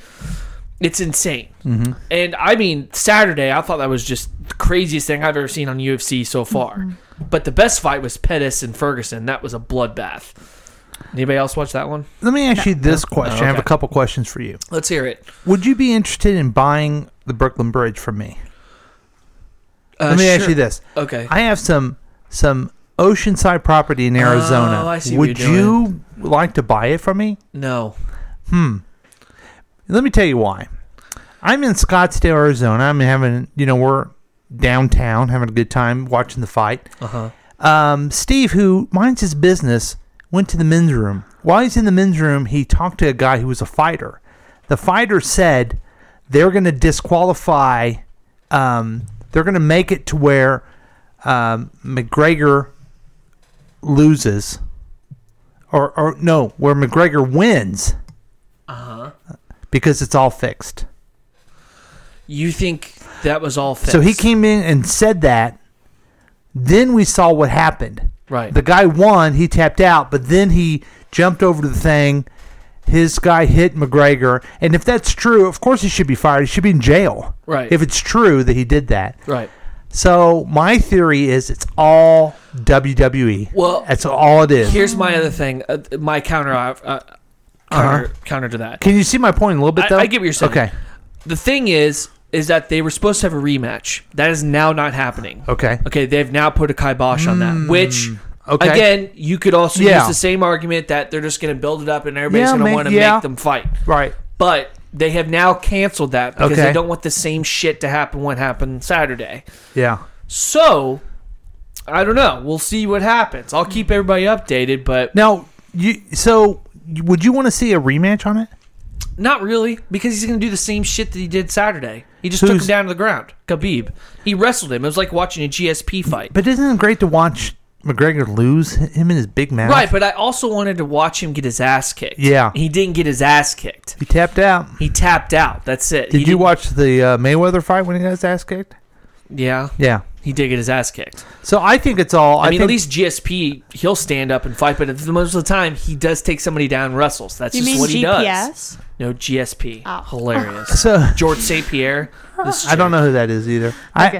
S8: It's insane.
S7: Mhm.
S8: And I mean, Saturday, I thought that was just the craziest thing I've ever seen on UFC so far. But the best fight was Pettis and Ferguson. That was a bloodbath. Anybody else watch that one?
S7: Let me ask you this question.
S8: Oh,
S7: I have a
S8: okay.
S7: couple questions for you.
S8: Let's hear it.
S7: Would you be interested in buying the Brooklyn Bridge from me?
S8: Uh,
S7: Let me ask
S8: sure.
S7: you this.
S8: Okay.
S7: I have some some oceanside property in Arizona.
S8: Oh, I see what
S7: Would
S8: you're
S7: you like to buy it from me?
S8: No.
S7: Hmm. Let me tell you why. I'm in Scottsdale, Arizona. I'm having, you know, we're downtown having a good time watching the fight.
S8: Uh-huh.
S7: Um, Steve, who minds his business, went to the men's room. While he's in the men's room, he talked to a guy who was a fighter. The fighter said they're going to disqualify. Um, they're going to make it to where um, McGregor loses, or or no, where McGregor wins
S8: Uh huh.
S7: because it's all fixed.
S8: You think that was all fixed?
S7: So he came in and said that. Then we saw what happened.
S8: Right.
S7: The guy won, he tapped out, but then he jumped over to the thing. His guy hit McGregor. And if that's true, of course he should be fired. He should be in jail.
S8: Right.
S7: If it's true that he did that.
S8: Right.
S7: So my theory is it's all WWE.
S8: Well,
S7: that's all it is.
S8: Here's my other thing. Uh, my counter, uh, uh, counter, counter to that.
S7: Can you see my point a little bit
S8: I-
S7: though?
S8: I, get what you're saying.
S7: Okay.
S8: The thing is, is that they were supposed to have a rematch. That is now not happening.
S7: Okay. Mm,
S8: Okay. They've now put a kibosh on
S7: Hmm.
S8: that, which.
S7: okay.
S8: Again, you could also
S7: Yeah.
S8: use the same argument that they're just going to build it up and everybody's
S7: Yeah,
S8: going
S7: ma-
S8: to want to
S7: yeah.
S8: make them fight.
S7: Right.
S8: But they have now canceled that because
S7: Okay.
S8: they don't want the same shit to happen what happened Saturday.
S7: Yeah.
S8: So, I don't know. We'll see what happens. I'll keep everybody updated, but
S7: Now you so would you want to see a rematch on it?
S8: Not really, because he's going to do the same shit that he did Saturday. He just took him
S7: Who's-
S8: down to the ground. Khabib. He wrestled him. It was like watching a GSP fight.
S7: But isn't it great to watch McGregor lose him in his big match?
S8: Right, but I also wanted to watch him get his ass kicked.
S7: Yeah.
S8: He didn't get his ass kicked.
S7: He tapped out.
S8: He tapped out. That's it.
S7: Did
S8: He
S7: you watch the uh, Mayweather fight when he got his ass kicked?
S8: didn't- Yeah.
S7: Yeah.
S8: He did get his ass kicked.
S7: So I think it's all.
S8: I,
S7: I,
S8: mean,
S7: think,
S8: at least GSP, he'll stand up and fight, but most of the time, he does take somebody down and wrestles. That's
S13: You
S8: just
S13: mean
S8: what he
S13: GPS?
S8: does. No, GSP.
S13: Oh.
S8: Hilarious.
S7: So-
S8: George St. Pierre. This
S7: I don't know who that is either. I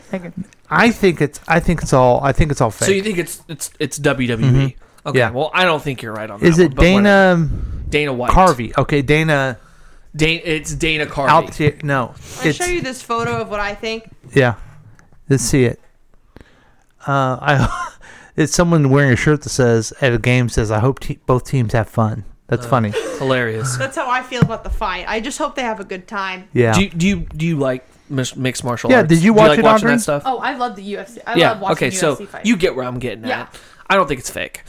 S17: Thank you.
S7: I think it's I think it's all I think it's all fake.
S8: So you think it's it's it's WWE?
S7: Mhm.
S8: Okay.
S7: Yeah.
S8: Well, I don't think you're right on that.
S7: Is
S8: one,
S7: it
S8: but whatever.
S7: Dana
S8: Dana White?
S7: Carvey? Okay, Dana
S8: Dana, it's Dana Carvey.
S7: I'll t- no.
S13: I'll
S7: It's
S13: show you this photo of what I think.
S7: yeah. Let's see it. Uh, I it's someone wearing a shirt that says at a game says I hope te- both teams have fun. That's
S8: Uh,
S7: funny.
S8: Hilarious.
S13: That's how I feel about the fight. I just hope they have a good time.
S7: Yeah.
S8: Do you, do you do you like mis- mixed martial
S7: Yeah,
S8: arts?
S7: did you
S8: do
S7: watch
S8: like
S7: it,
S8: watching
S7: Audrey?
S8: that stuff?
S17: Oh, I love the UFC. I
S8: yeah.
S17: love watching
S8: okay,
S17: UFC
S8: so
S17: fights.
S8: you get where I'm getting
S17: Yeah.
S8: at. I don't think it's fake.
S17: I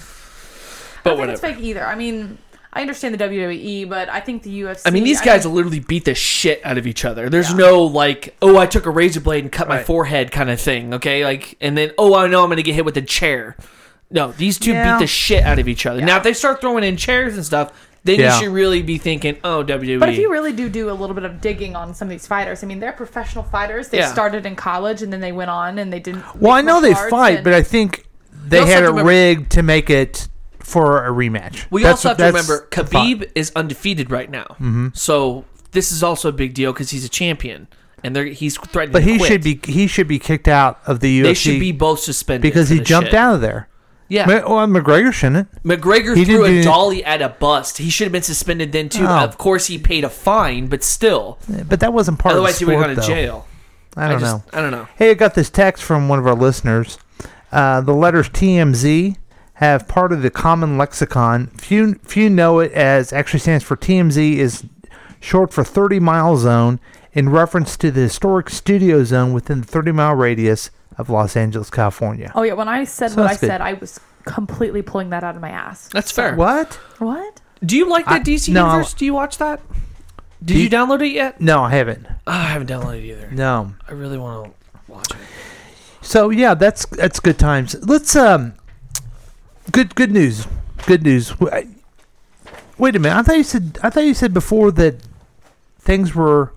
S8: But
S17: don't think it's
S8: whatever.
S17: fake either. I mean, I understand the WWE, but I think the UFC.
S8: I mean, these guys
S17: think-
S8: will literally beat the shit out of each other. There's no like, oh, I took a razor blade and cut my forehead kind of thing. Okay, like, and then oh, I know I'm gonna get hit with a chair. No, these two
S7: Yeah.
S8: beat the shit out of each other. Now, if they start throwing in chairs and stuff, then
S7: Yeah.
S8: you should really be thinking, oh, WWE.
S17: But if you really do do a little bit of digging on some of these fighters, I mean, they're professional fighters. They
S7: Yeah.
S17: started in college and then they went on and they didn't.
S7: Well, I
S17: mixed
S7: know they
S17: martial arts
S7: fight,
S17: and-
S7: but I think
S8: You
S7: they
S8: also
S7: had
S8: have
S7: it
S8: to remember-
S7: rigged to make it for a rematch.
S8: We
S7: That's-
S8: also have to
S7: that's
S8: remember
S7: the thought.
S8: Khabib is undefeated right now,
S7: Mhm.
S8: so this is also a big deal because he's a champion and they're, he's threatening.
S7: But
S8: to
S7: he
S8: quit.
S7: should be he should be kicked out of the UFC.
S8: They should be both suspended
S7: because
S8: for
S7: he
S8: this
S7: jumped
S8: shit.
S7: out of there.
S8: Yeah.
S7: Ma- well, McGregor shouldn't.
S8: McGregor
S7: He
S8: threw
S7: didn't do-
S8: a dolly at a bust. He should have been suspended then too.
S7: Oh.
S8: Of course, he paid a fine, but still,
S7: But that wasn't part
S8: otherwise
S7: of
S8: he
S7: the
S8: would
S7: sport,
S8: have gone to
S7: though.
S8: jail.
S7: I don't
S8: just-
S7: know.
S8: I don't know.
S7: Hey, I got this text from one of our listeners. Uh, the letters TMZ have part of the common lexicon. Few few know it as actually stands for TMZ is short for 30 mile zone in reference to the historic studio zone within the 30 mile radius of Los Angeles, California.
S17: Oh yeah, when I said
S7: So
S17: what I
S7: that's good.
S17: said, I was completely pulling that out of my ass.
S8: That's fair.
S7: What?
S17: What?
S8: Do you like
S7: I-
S8: that DC
S7: no, I-
S8: universe? Do you watch that? Did you download it yet?
S7: No, I haven't.
S8: Oh, I haven't downloaded it either.
S7: No.
S8: I really want to watch it.
S7: So yeah, that's that's good times. Let's um, good good news, good news. W- I- Wait a minute, I thought you said I thought you said before that things were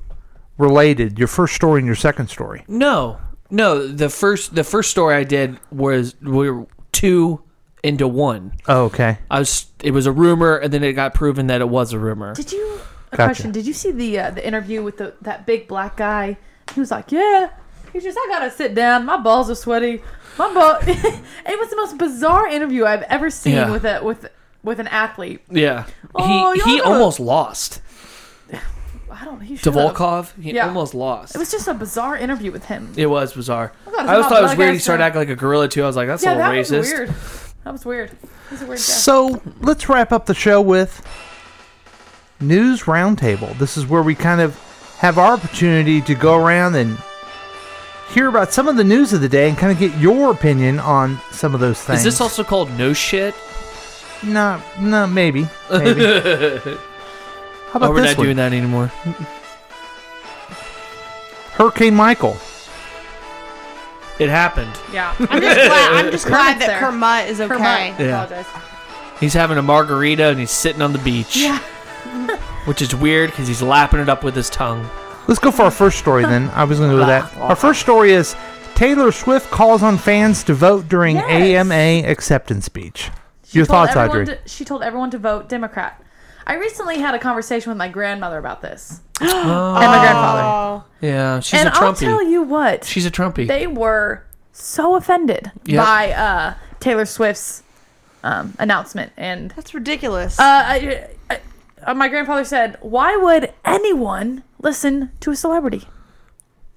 S7: related. Your first story and your second story.
S8: No, no. The first the first story I did was we were two into one.
S7: Oh, okay.
S8: I was it was a rumor, and then it got proven that it was a rumor.
S17: Did you? A
S8: Gotcha.
S17: question. Did you see the uh, the interview with the that big black guy? He was like, "Yeah." He's just, "I gotta sit down. My balls are sweaty. My ball." it was the most bizarre interview I've ever seen
S8: Yeah.
S17: with a with with an athlete.
S8: Yeah,
S17: Oh,
S8: he
S17: y'all
S8: he
S17: know-
S8: almost lost.
S17: I don't. He should've.
S8: Dvolkov, he
S17: Yeah.
S8: almost lost.
S17: It was just a bizarre interview with him.
S8: It was bizarre.
S17: I thought it was
S8: I always
S17: about
S8: thought it was
S17: black
S8: weird. He
S17: ass
S8: started
S17: guy.
S8: acting like a gorilla too. I was like, that's
S17: yeah,
S8: a little
S17: that
S8: racist.
S17: was weird. That was weird. He's a weird guy.
S7: So let's wrap up the show with news roundtable. This is where we kind of have our opportunity to go around and hear about some of the news of the day and kind of get your opinion on some of those things.
S8: Is this also called no shit?
S7: No, no, maybe. maybe. How about
S8: oh, we're
S7: this
S8: not
S7: one?
S8: doing that anymore.
S7: Hurricane Michael.
S8: It happened.
S17: Yeah.
S13: I'm just glad, I'm just glad that
S17: Kermit's there.
S13: Kermit is okay.
S17: Kermit.
S8: Yeah.
S17: Apologize.
S8: He's having a margarita and he's sitting on the beach,
S17: Yeah.
S8: which is weird because he's lapping it up with his tongue.
S7: Let's go for our first story then. I was going to go with that. Our first story is Taylor Swift calls on fans to vote during AMA acceptance speech.
S17: She
S7: Your
S17: told
S7: thoughts,
S17: everyone
S7: Audrey?
S17: to- she told everyone to vote Democrat. I recently had a conversation with my grandmother about this.
S8: Oh.
S17: And my grandfather.
S8: Yeah, she's
S17: and
S8: a Trumpy.
S17: I'll tell you what.
S8: She's a Trumpy.
S17: They were so offended
S8: Yep.
S17: by uh, Taylor Swift's um, announcement. And
S13: That's ridiculous.
S17: Uh, I, I, uh, my grandfather said, Why would anyone listen to a celebrity?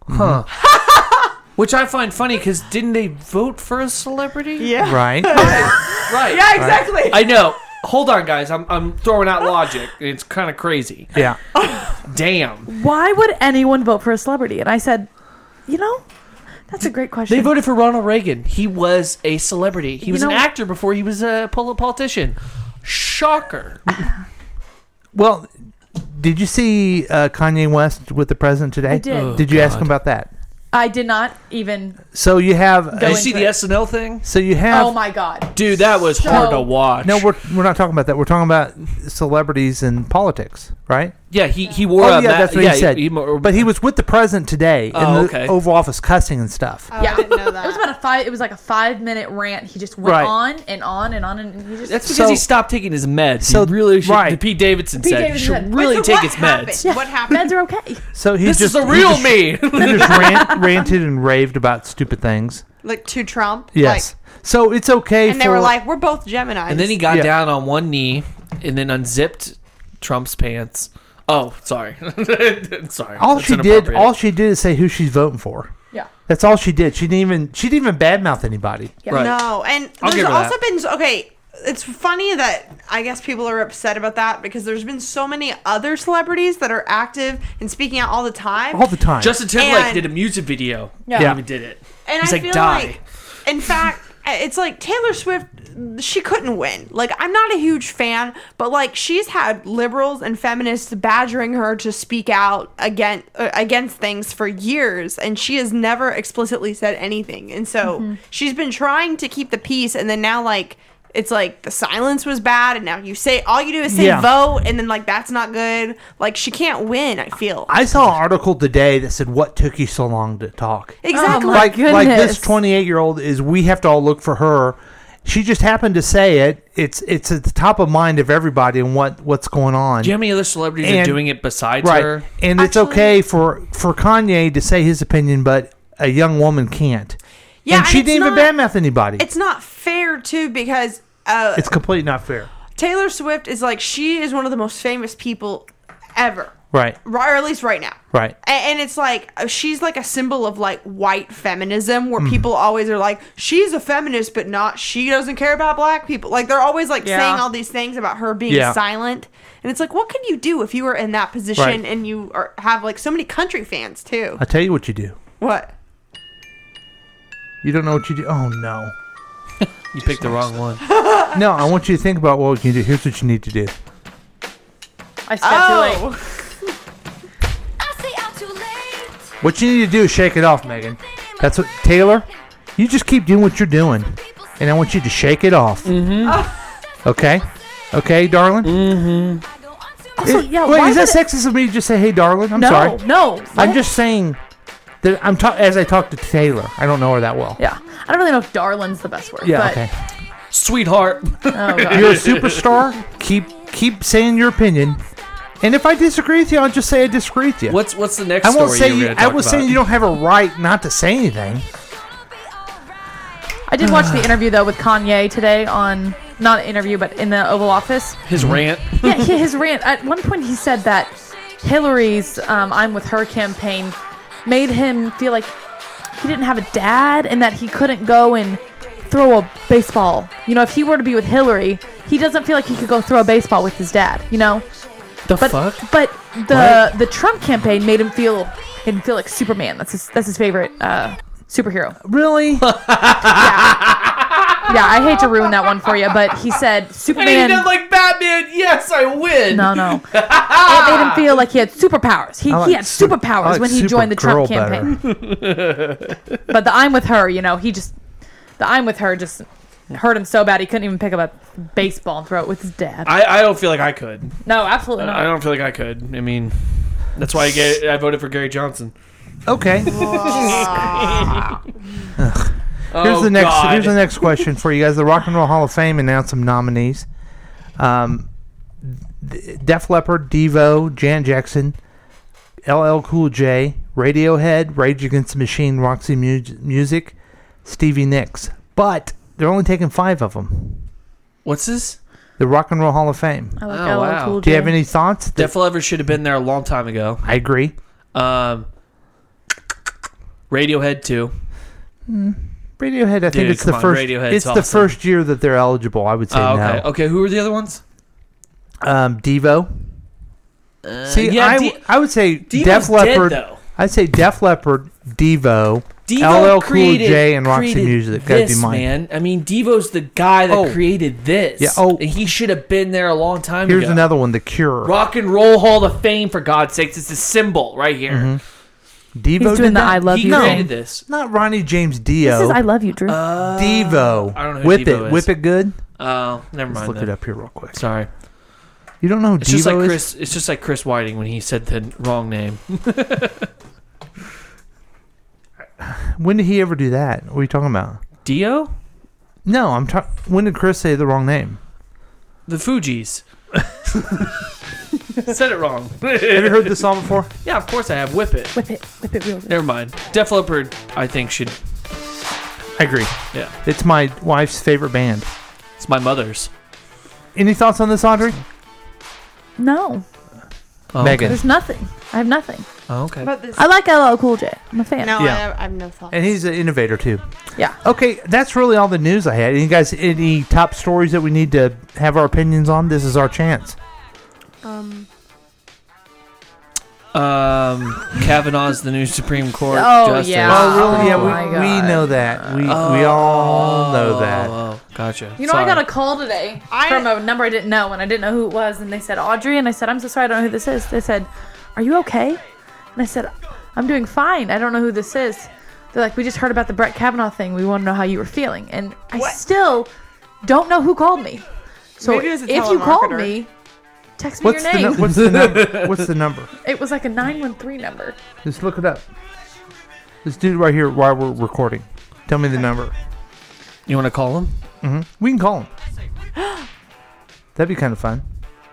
S8: Huh. Mm-hmm. Which I find funny because didn't they vote for a celebrity?
S17: Yeah.
S7: Right.
S8: right.
S17: Yeah, exactly.
S8: I know. Hold on, guys. I'm, I'm throwing out logic. It's kind of crazy.
S7: Yeah.
S8: Damn.
S17: Why would anyone vote for a celebrity? And I said, You know, that's a great question.
S8: They voted for Ronald Reagan. He was a celebrity. He
S17: You
S8: was
S17: know-
S8: an actor before he was a pol- politician. Shocker.
S7: Well, did you see uh, Kanye West with the president today?
S17: I did. Oh,
S7: did you ask
S17: God.
S7: him about that?
S17: I did not even
S7: So you have.
S8: Uh,
S17: Go You see into the it.
S8: SNL thing?
S7: So you have.
S17: Oh my god.
S8: Dude, that was
S17: So-
S8: hard to watch.
S7: No, we're, we're not talking about that. We're talking about celebrities and politics, right?
S8: Yeah, he, he wore
S7: oh,
S8: a
S7: yeah,
S8: ma-
S7: that's what
S8: yeah,
S7: he said.
S8: mo-
S7: but he was with the president today
S8: Oh,
S7: in the
S8: okay.
S7: Oval Office cussing and
S13: Oh.
S7: stuff.
S17: yeah, it was about a five. It was like a five minute rant. He just went
S7: Right.
S17: on and on and on, and he just.
S8: That's because he stopped taking his meds.
S7: so-
S8: he really should.
S7: right.
S8: Pete Davidson
S17: Pete
S8: said
S17: Davidson
S8: he should
S17: said-
S8: really
S17: Wait, so
S8: take
S17: what
S8: his meds.
S17: What happened? Meds are okay.
S7: So he
S8: This
S7: just
S8: is the
S7: he
S8: real
S7: just-
S8: me.
S7: he just rant, ranted and raved about stupid things.
S13: like to Trump.
S7: Yes. so it's okay.
S13: Like, and they
S7: for,
S13: were like, we're both Gemini.
S8: And then he got down on one knee and then unzipped Trump's pants. Oh, sorry, sorry.
S7: All
S8: That's
S7: she did,
S8: inappropriate.
S7: all she did, is say who she's voting for.
S17: Yeah.
S7: that's all she did. She didn't even she didn't even badmouth anybody.
S13: No, and
S7: I'll
S13: there's
S7: give her
S13: also
S7: that.
S13: been okay. It's funny that I guess people are upset about that because there's been so many other celebrities that are active and speaking out all the time.
S8: Justin Timberlake
S13: And-
S8: did a music video.
S13: Yeah.
S8: yeah,
S13: Yeah.
S8: he did it.
S13: And
S8: He's
S13: I
S8: like,
S13: feel
S8: die.
S13: like, in fact, eh, it's like Taylor Swift. She couldn't win. Like, I'm not a huge fan, but like, she's had liberals and feminists badgering her to speak out against uh, against things for years, and she has never explicitly said anything. And so
S8: Mm-hmm.
S1: Mhm.
S13: she's been trying to keep the peace, and then now like. It's like the silence was bad, and now you say all you do is say
S7: Yeah.
S13: vote, and then like that's not good. Like she can't win. I feel
S7: I saw an article today that said, "What took you so long to talk?"
S13: Exactly. Oh, my
S7: like like
S13: goodness.
S7: this twenty-eight-year-old is. We have to all look for her. She just happened to say it. It's it's at the top of mind of everybody and what what's going on.
S8: Do you know how many other celebrities are
S7: And-
S8: doing it besides
S7: right,
S8: her?
S7: and it's okay for for Kanye to say his opinion, but a young woman can't.
S13: Yeah,
S7: and she
S13: and it's
S7: didn't even badmouth anybody. It's,
S13: it's not fair too because uh,
S7: completely not fair.
S13: Taylor Swift is like she is one of the most famous people ever,
S7: Right,
S13: right, or at least right now.
S7: right.
S13: A- And it's like uh, she's like a symbol of like white feminism, where
S7: Mhm.
S13: people always are like, she's a feminist, but not she doesn't care about black people. Like they're always like
S6: Yeah.
S13: saying all these things about her being
S7: Yeah.
S13: silent, and it's like, what could you do if you were in that position
S7: Right.
S13: and you are, have like so many country fans too?
S7: I tell you what you do.
S13: What?
S7: You don't know what you do. Oh no.
S8: You picked the wrong one.
S7: no, I want you to think about what you can do. Here's what you need to do.
S17: I stepped
S13: too
S7: Oh.
S13: late.
S7: What you need to do is shake it off, Megan. That's what Taylor. You just keep doing what you're doing, and I want you to shake it off. Mm-hmm. Okay, okay, darling. Mm-hmm.
S17: Also, yeah,
S7: wait,
S17: why
S7: is that
S17: would it-
S7: sexist of me to just say, "Hey, darling"? I'm
S17: no,
S7: sorry.
S17: no.
S7: I'm just saying that I'm ta- as I talk to Taylor. I don't know her that well.
S17: Yeah. I don't really know if darlin's the best word.
S7: Yeah.
S17: but oh,
S7: okay.
S8: Sweetheart.
S7: You're a superstar. Keep keep saying your opinion, and if I disagree with you, I'll just say I disagree with you.
S8: What's what's the next
S7: I won't
S8: story
S7: say
S8: you were
S7: you,
S8: gonna
S7: I
S8: talk
S7: was
S8: about?
S7: saying you don't have a right not to say anything.
S17: I did watch
S7: Uh.
S17: the interview though with Kanye today on not an interview but in the Oval Office.
S8: His
S7: Mm-hmm.
S8: rant.
S17: yeah, he- his rant. At one point, he said that Hillary's um, "I'm with Her" campaign made him feel like he didn't have a dad and that he couldn't go and throw a baseball. You know, if he were to be with Hillary, he doesn't feel like he could go throw a baseball with his dad. You know.
S8: The
S17: but,
S8: fuck?
S17: But the the Trump campaign made him feel made him feel like Superman. That's his that's his favorite uh, superhero.
S7: Really?
S17: Yeah, I hate to ruin that one for you, but he said Superman.
S8: And he did like Batman. Yes, I win.
S17: No, no. it
S8: Ah!
S17: made him feel like he had superpowers. He,
S8: I
S17: he
S8: like
S17: had
S8: su-
S17: superpowers
S8: I like
S17: when he joined the
S8: Supergirl
S17: Trump
S8: better.
S17: campaign. But the I'm with her, you know, he just the I'm with her just hurt him so bad he couldn't even pick up a baseball and throw it with his dad.
S8: I, I don't feel like I could.
S17: no, absolutely
S8: I I
S17: not.
S8: don't feel like I could. I mean, that's why I, get, I voted for Gary Johnson.
S7: Okay. Here's
S8: Oh,
S7: the next.
S8: God.
S7: Here's the next question for you guys. The Rock and Roll Hall of Fame announced some nominees: um, D- Def Leppard, Devo, Jan Jackson, LL Cool J, Radiohead, Rage Against the Machine, Roxy Mu- Music, Stevie Nicks. But they're only taking five of them.
S8: What's this?
S7: The Rock and Roll Hall of Fame.
S17: I
S8: like Oh, LL wow. Cool
S7: Do you have
S8: J.
S7: any thoughts?
S8: Def Leppard should have been there a long time ago.
S7: I agree.
S8: Um, Radiohead too.
S7: Mm, Radiohead. I think
S8: Dude,
S7: it's the
S8: come on,
S7: first.
S8: Radiohead's
S7: it's the
S8: awesome.
S7: first year that they're eligible. I would say
S8: Oh,
S7: no.
S8: okay. Okay. Who were the other ones?
S7: Um, Devo.
S8: Uh,
S7: See,
S8: yeah,
S7: I,
S8: D-
S7: I would say
S8: Devo's
S7: Def
S8: dead,
S7: Leppard.
S8: though.
S7: I'd say Def Leppard, Devo,
S8: Devo
S7: LL
S8: created-
S7: Cool J, and Roxy
S8: created
S7: Music. Gotta
S8: This
S7: be mine.
S8: man. I mean, Devo's the guy that created this.
S7: Yeah, oh.
S8: and he should have been there a long time
S7: Here's
S8: ago.
S7: another one, The Cure.
S8: Rock and Roll Hall of Fame, for God's sakes! It's a symbol right here.
S7: Mhm. Devo
S8: doing
S7: did
S8: the
S7: not-
S8: I love you
S7: no,
S8: thing. this.
S7: Not Ronnie James Dio.
S17: This is I love you, Drew.
S7: Devo.
S8: Uh, I don't know who
S7: Whip
S8: Devo
S7: it.
S8: is.
S7: Whip it good.
S8: Oh, never
S7: Let's
S8: mind.
S7: look
S8: then.
S7: it up here real quick.
S8: Sorry.
S7: You don't know who
S8: It's
S7: Oh, Devo
S8: just like
S7: is?
S8: Chris. It's just like Chris Whiting when he said the wrong name.
S7: When did he ever do that? What are you talking about?
S8: Dio?
S7: No, I'm talking. When did Chris say the wrong name?
S8: The Fugees. said it wrong.
S7: Have you heard this song before?
S8: Yeah, of course I have. Whip it.
S17: Whip it. Whip it real.
S8: Never mind. Def Leppard, I think should.
S7: I agree.
S8: Yeah,
S7: It's my wife's favorite band.
S8: it's my mother's.
S7: Any thoughts on this, Audrey?
S17: No.
S8: Oh, okay.
S17: There's nothing. I have nothing.
S7: Oh, okay.
S17: I like LL Cool J. I'm a fan.
S7: No, I Yeah. have-
S13: I have no thought.
S7: And he's an innovator too.
S17: Yeah.
S7: Okay, that's really all the news I had. Any guys, any top stories that we need to have our opinions on? This is our chance.
S13: Um,
S8: Um, Kavanaugh's the new Supreme Court
S13: Oh,
S8: justice.
S17: yeah.
S7: Oh, really? Yeah, we, we know that. We we all know that.
S8: Oh, gotcha.
S17: You know, I got a call today from a number I didn't know, and I didn't know who it was, and they said Audrey, and I said, I'm so sorry, I don't know who this is. They said, Are you okay? And I said, I'm doing fine. I don't know who this is. They're like, We just heard about the Brett Kavanaugh thing. We want to know how you were feeling, and I still don't know who called me. So
S13: Maybe it was a
S17: if you called
S13: telemarketer.
S17: me, text me
S7: What's
S17: your
S7: the,
S17: name.
S7: nu- what's the number? What's the number?
S17: It was like a 913 number.
S7: Just look it up. This dude right here, while we're recording, tell me the number.
S8: You want to call him?
S7: hmm We can call him. That'd be kind of fun.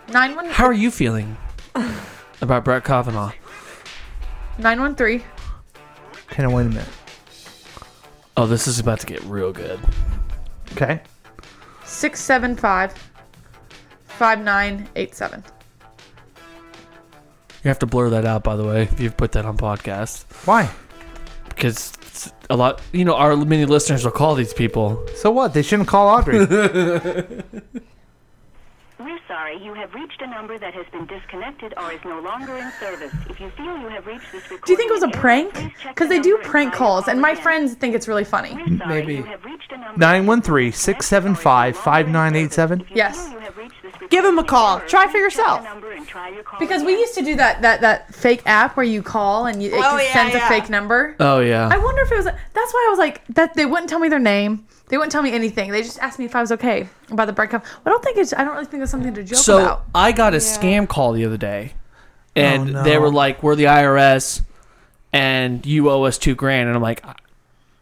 S17: 913.
S8: How are you feeling about Brett Kavanaugh?
S17: 913.
S7: Can I wait a minute?
S8: Oh, this is about to get real good.
S7: Okay.
S17: 675 5987.
S8: You have to blur that out, by the way, if you've put that on podcast.
S7: Why?
S8: Because it's a lot, you know, our many listeners will call these people.
S7: So what? They shouldn't call Audrey.
S1: We're sorry, you have reached a number that has been disconnected or is no longer in service. If you feel you have reached this recording,
S17: Do you think it was a prank? Because they do prank calls, and my friends think it's really funny.
S7: Maybe. 913 675 5987.
S17: Yes.
S13: Give him a call. Try for yourself.
S17: Because we used to do that that, that fake app where you call and you, it
S13: Oh,
S17: just
S13: yeah,
S17: sends
S13: yeah.
S17: a fake number.
S8: Oh, yeah.
S17: I wonder if it was. That's why I was like that. They wouldn't tell me their name. They wouldn't tell me anything. They just asked me if I was okay about the breakup. I don't think it's. I don't really think it's something to joke
S8: so
S17: about.
S8: I got a scam call the other day, and
S17: Oh, no.
S8: they were like, "We're the IRS, and you owe us two grand." And I'm like, "I-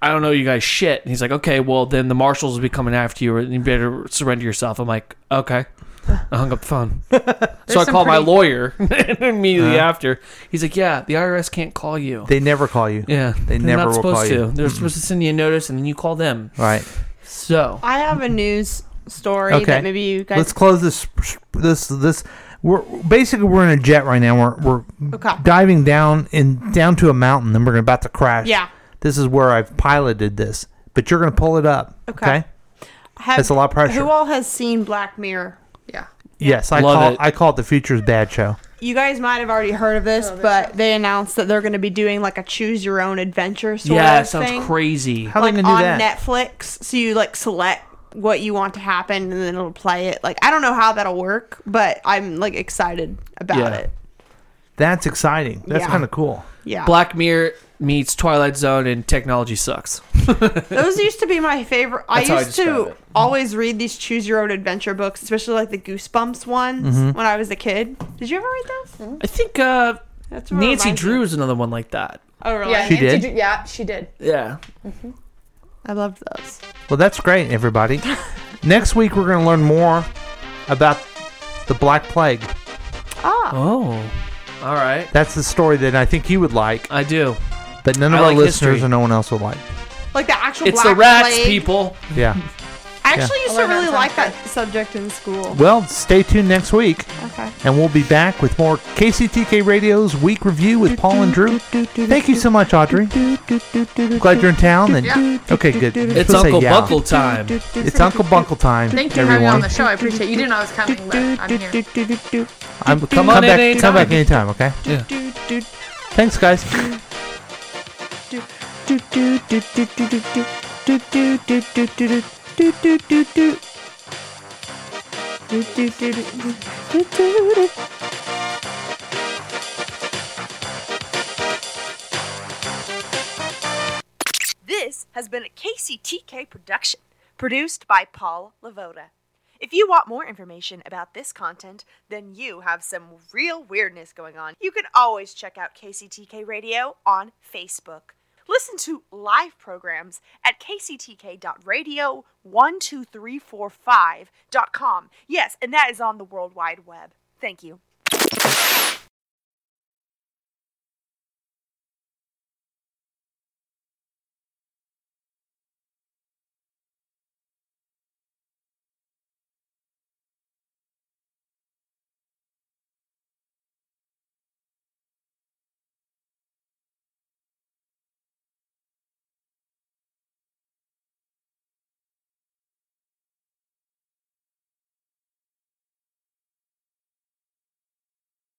S8: "I don't know, you guys shit." And he's like, "Okay, well then the marshals will be coming after you, and you better surrender yourself." I'm like, "Okay." I hung up the phone, so I
S7: some
S8: called my
S7: pretty-
S8: lawyer and immediately
S7: Huh?
S8: after. He's like, "Yeah, the IRS can't call you.
S7: Uh-huh. They never call you.
S8: Yeah.
S7: They
S8: They're
S7: never
S8: not
S7: will
S8: supposed
S7: call
S8: to.
S7: you.
S8: They're
S7: Mm-mm.
S8: supposed to send you a notice, and then you call them."
S7: Right.
S8: So
S13: I have a news story
S7: Okay.
S13: that maybe you guys.
S7: Let's close this. This. This. We're basically we're in a jet right now. We're we're
S13: Okay.
S7: diving down in down to a mountain. Then we're about to crash.
S13: Yeah.
S7: This is where I've piloted this, but you're gonna pull it up.
S13: Okay. Have,
S7: That's a lot of pressure.
S13: Who all has seen Black Mirror?
S17: Yeah.
S7: Yes, I
S8: Love
S7: call
S8: it.
S7: I call it the future's bad show.
S13: You guys might have already heard of Oh, this, but they announced that they're going to be doing like a choose your own adventure sort
S8: yeah,
S13: of
S8: it sounds
S13: thing.
S8: crazy.
S13: like on Netflix, so you like select what you want to happen and then it'll play it. Like I don't know how that'll work, but I'm like excited about
S8: Yeah.
S13: it.
S7: That's exciting. That's
S13: Yeah.
S7: kind of cool.
S13: Yeah.
S8: Black Mirror meets Twilight Zone and technology sucks.
S13: Those used to be my favorite. I
S8: That's how I
S13: used
S8: describe Mm-hmm.
S13: to always read these choose your own adventure books, especially like the Goosebumps ones
S8: Mhm.
S13: when I was a kid. Did you ever read those?
S8: I think uh,
S13: That's what
S8: Nancy
S13: reminds me.
S8: Drew is another one like that.
S13: Oh, really?
S17: Yeah,
S7: She
S17: Nancy
S7: did?
S17: Drew- yeah, she did. Mm-hmm.
S8: Yeah.
S13: I loved those.
S7: Well, that's great, everybody. Next week we're gonna learn more about the Black Plague.
S13: Ah.
S8: Oh. All right.
S7: That's the story that I think you would like.
S8: I do.
S7: But none of
S8: I
S7: our
S8: like
S7: listeners
S8: history.
S7: or no one else would like.
S13: Like the actual.
S8: It's
S13: Black
S8: the rats,
S13: Plague.
S8: people.
S7: Yeah.
S13: I actually used to
S17: Although that
S13: really
S17: sounds
S13: like that subject in school.
S7: Well, stay tuned next week.
S13: Okay.
S7: And we'll be back with more KCTK Radio's week review with Paul and Drew. Thank you so much, Audrey. Glad you're in town. And
S17: Yeah.
S7: okay, good. You're supposed
S8: It's
S7: to say
S8: Uncle
S7: yeah.
S8: Buckle time.
S7: It's Uncle Bunkle time.
S17: Thank you for
S7: everyone.
S17: having me on the show. I appreciate it. You didn't know I was coming, but I'm here.
S7: I'm, come,
S8: Come
S7: come
S8: on in
S7: back.
S8: anytime.
S7: Come back anytime. Okay.
S8: Yeah.
S7: Thanks, guys.
S6: This has been a KCTK production, produced by Paul Lavoda. If you want more information about this content, then you have some real weirdness going on. You can always check out KCTK Radio on Facebook. Listen to live programs at kctk.radio12345.com. Yes, and that is on the World Wide Web. Thank you.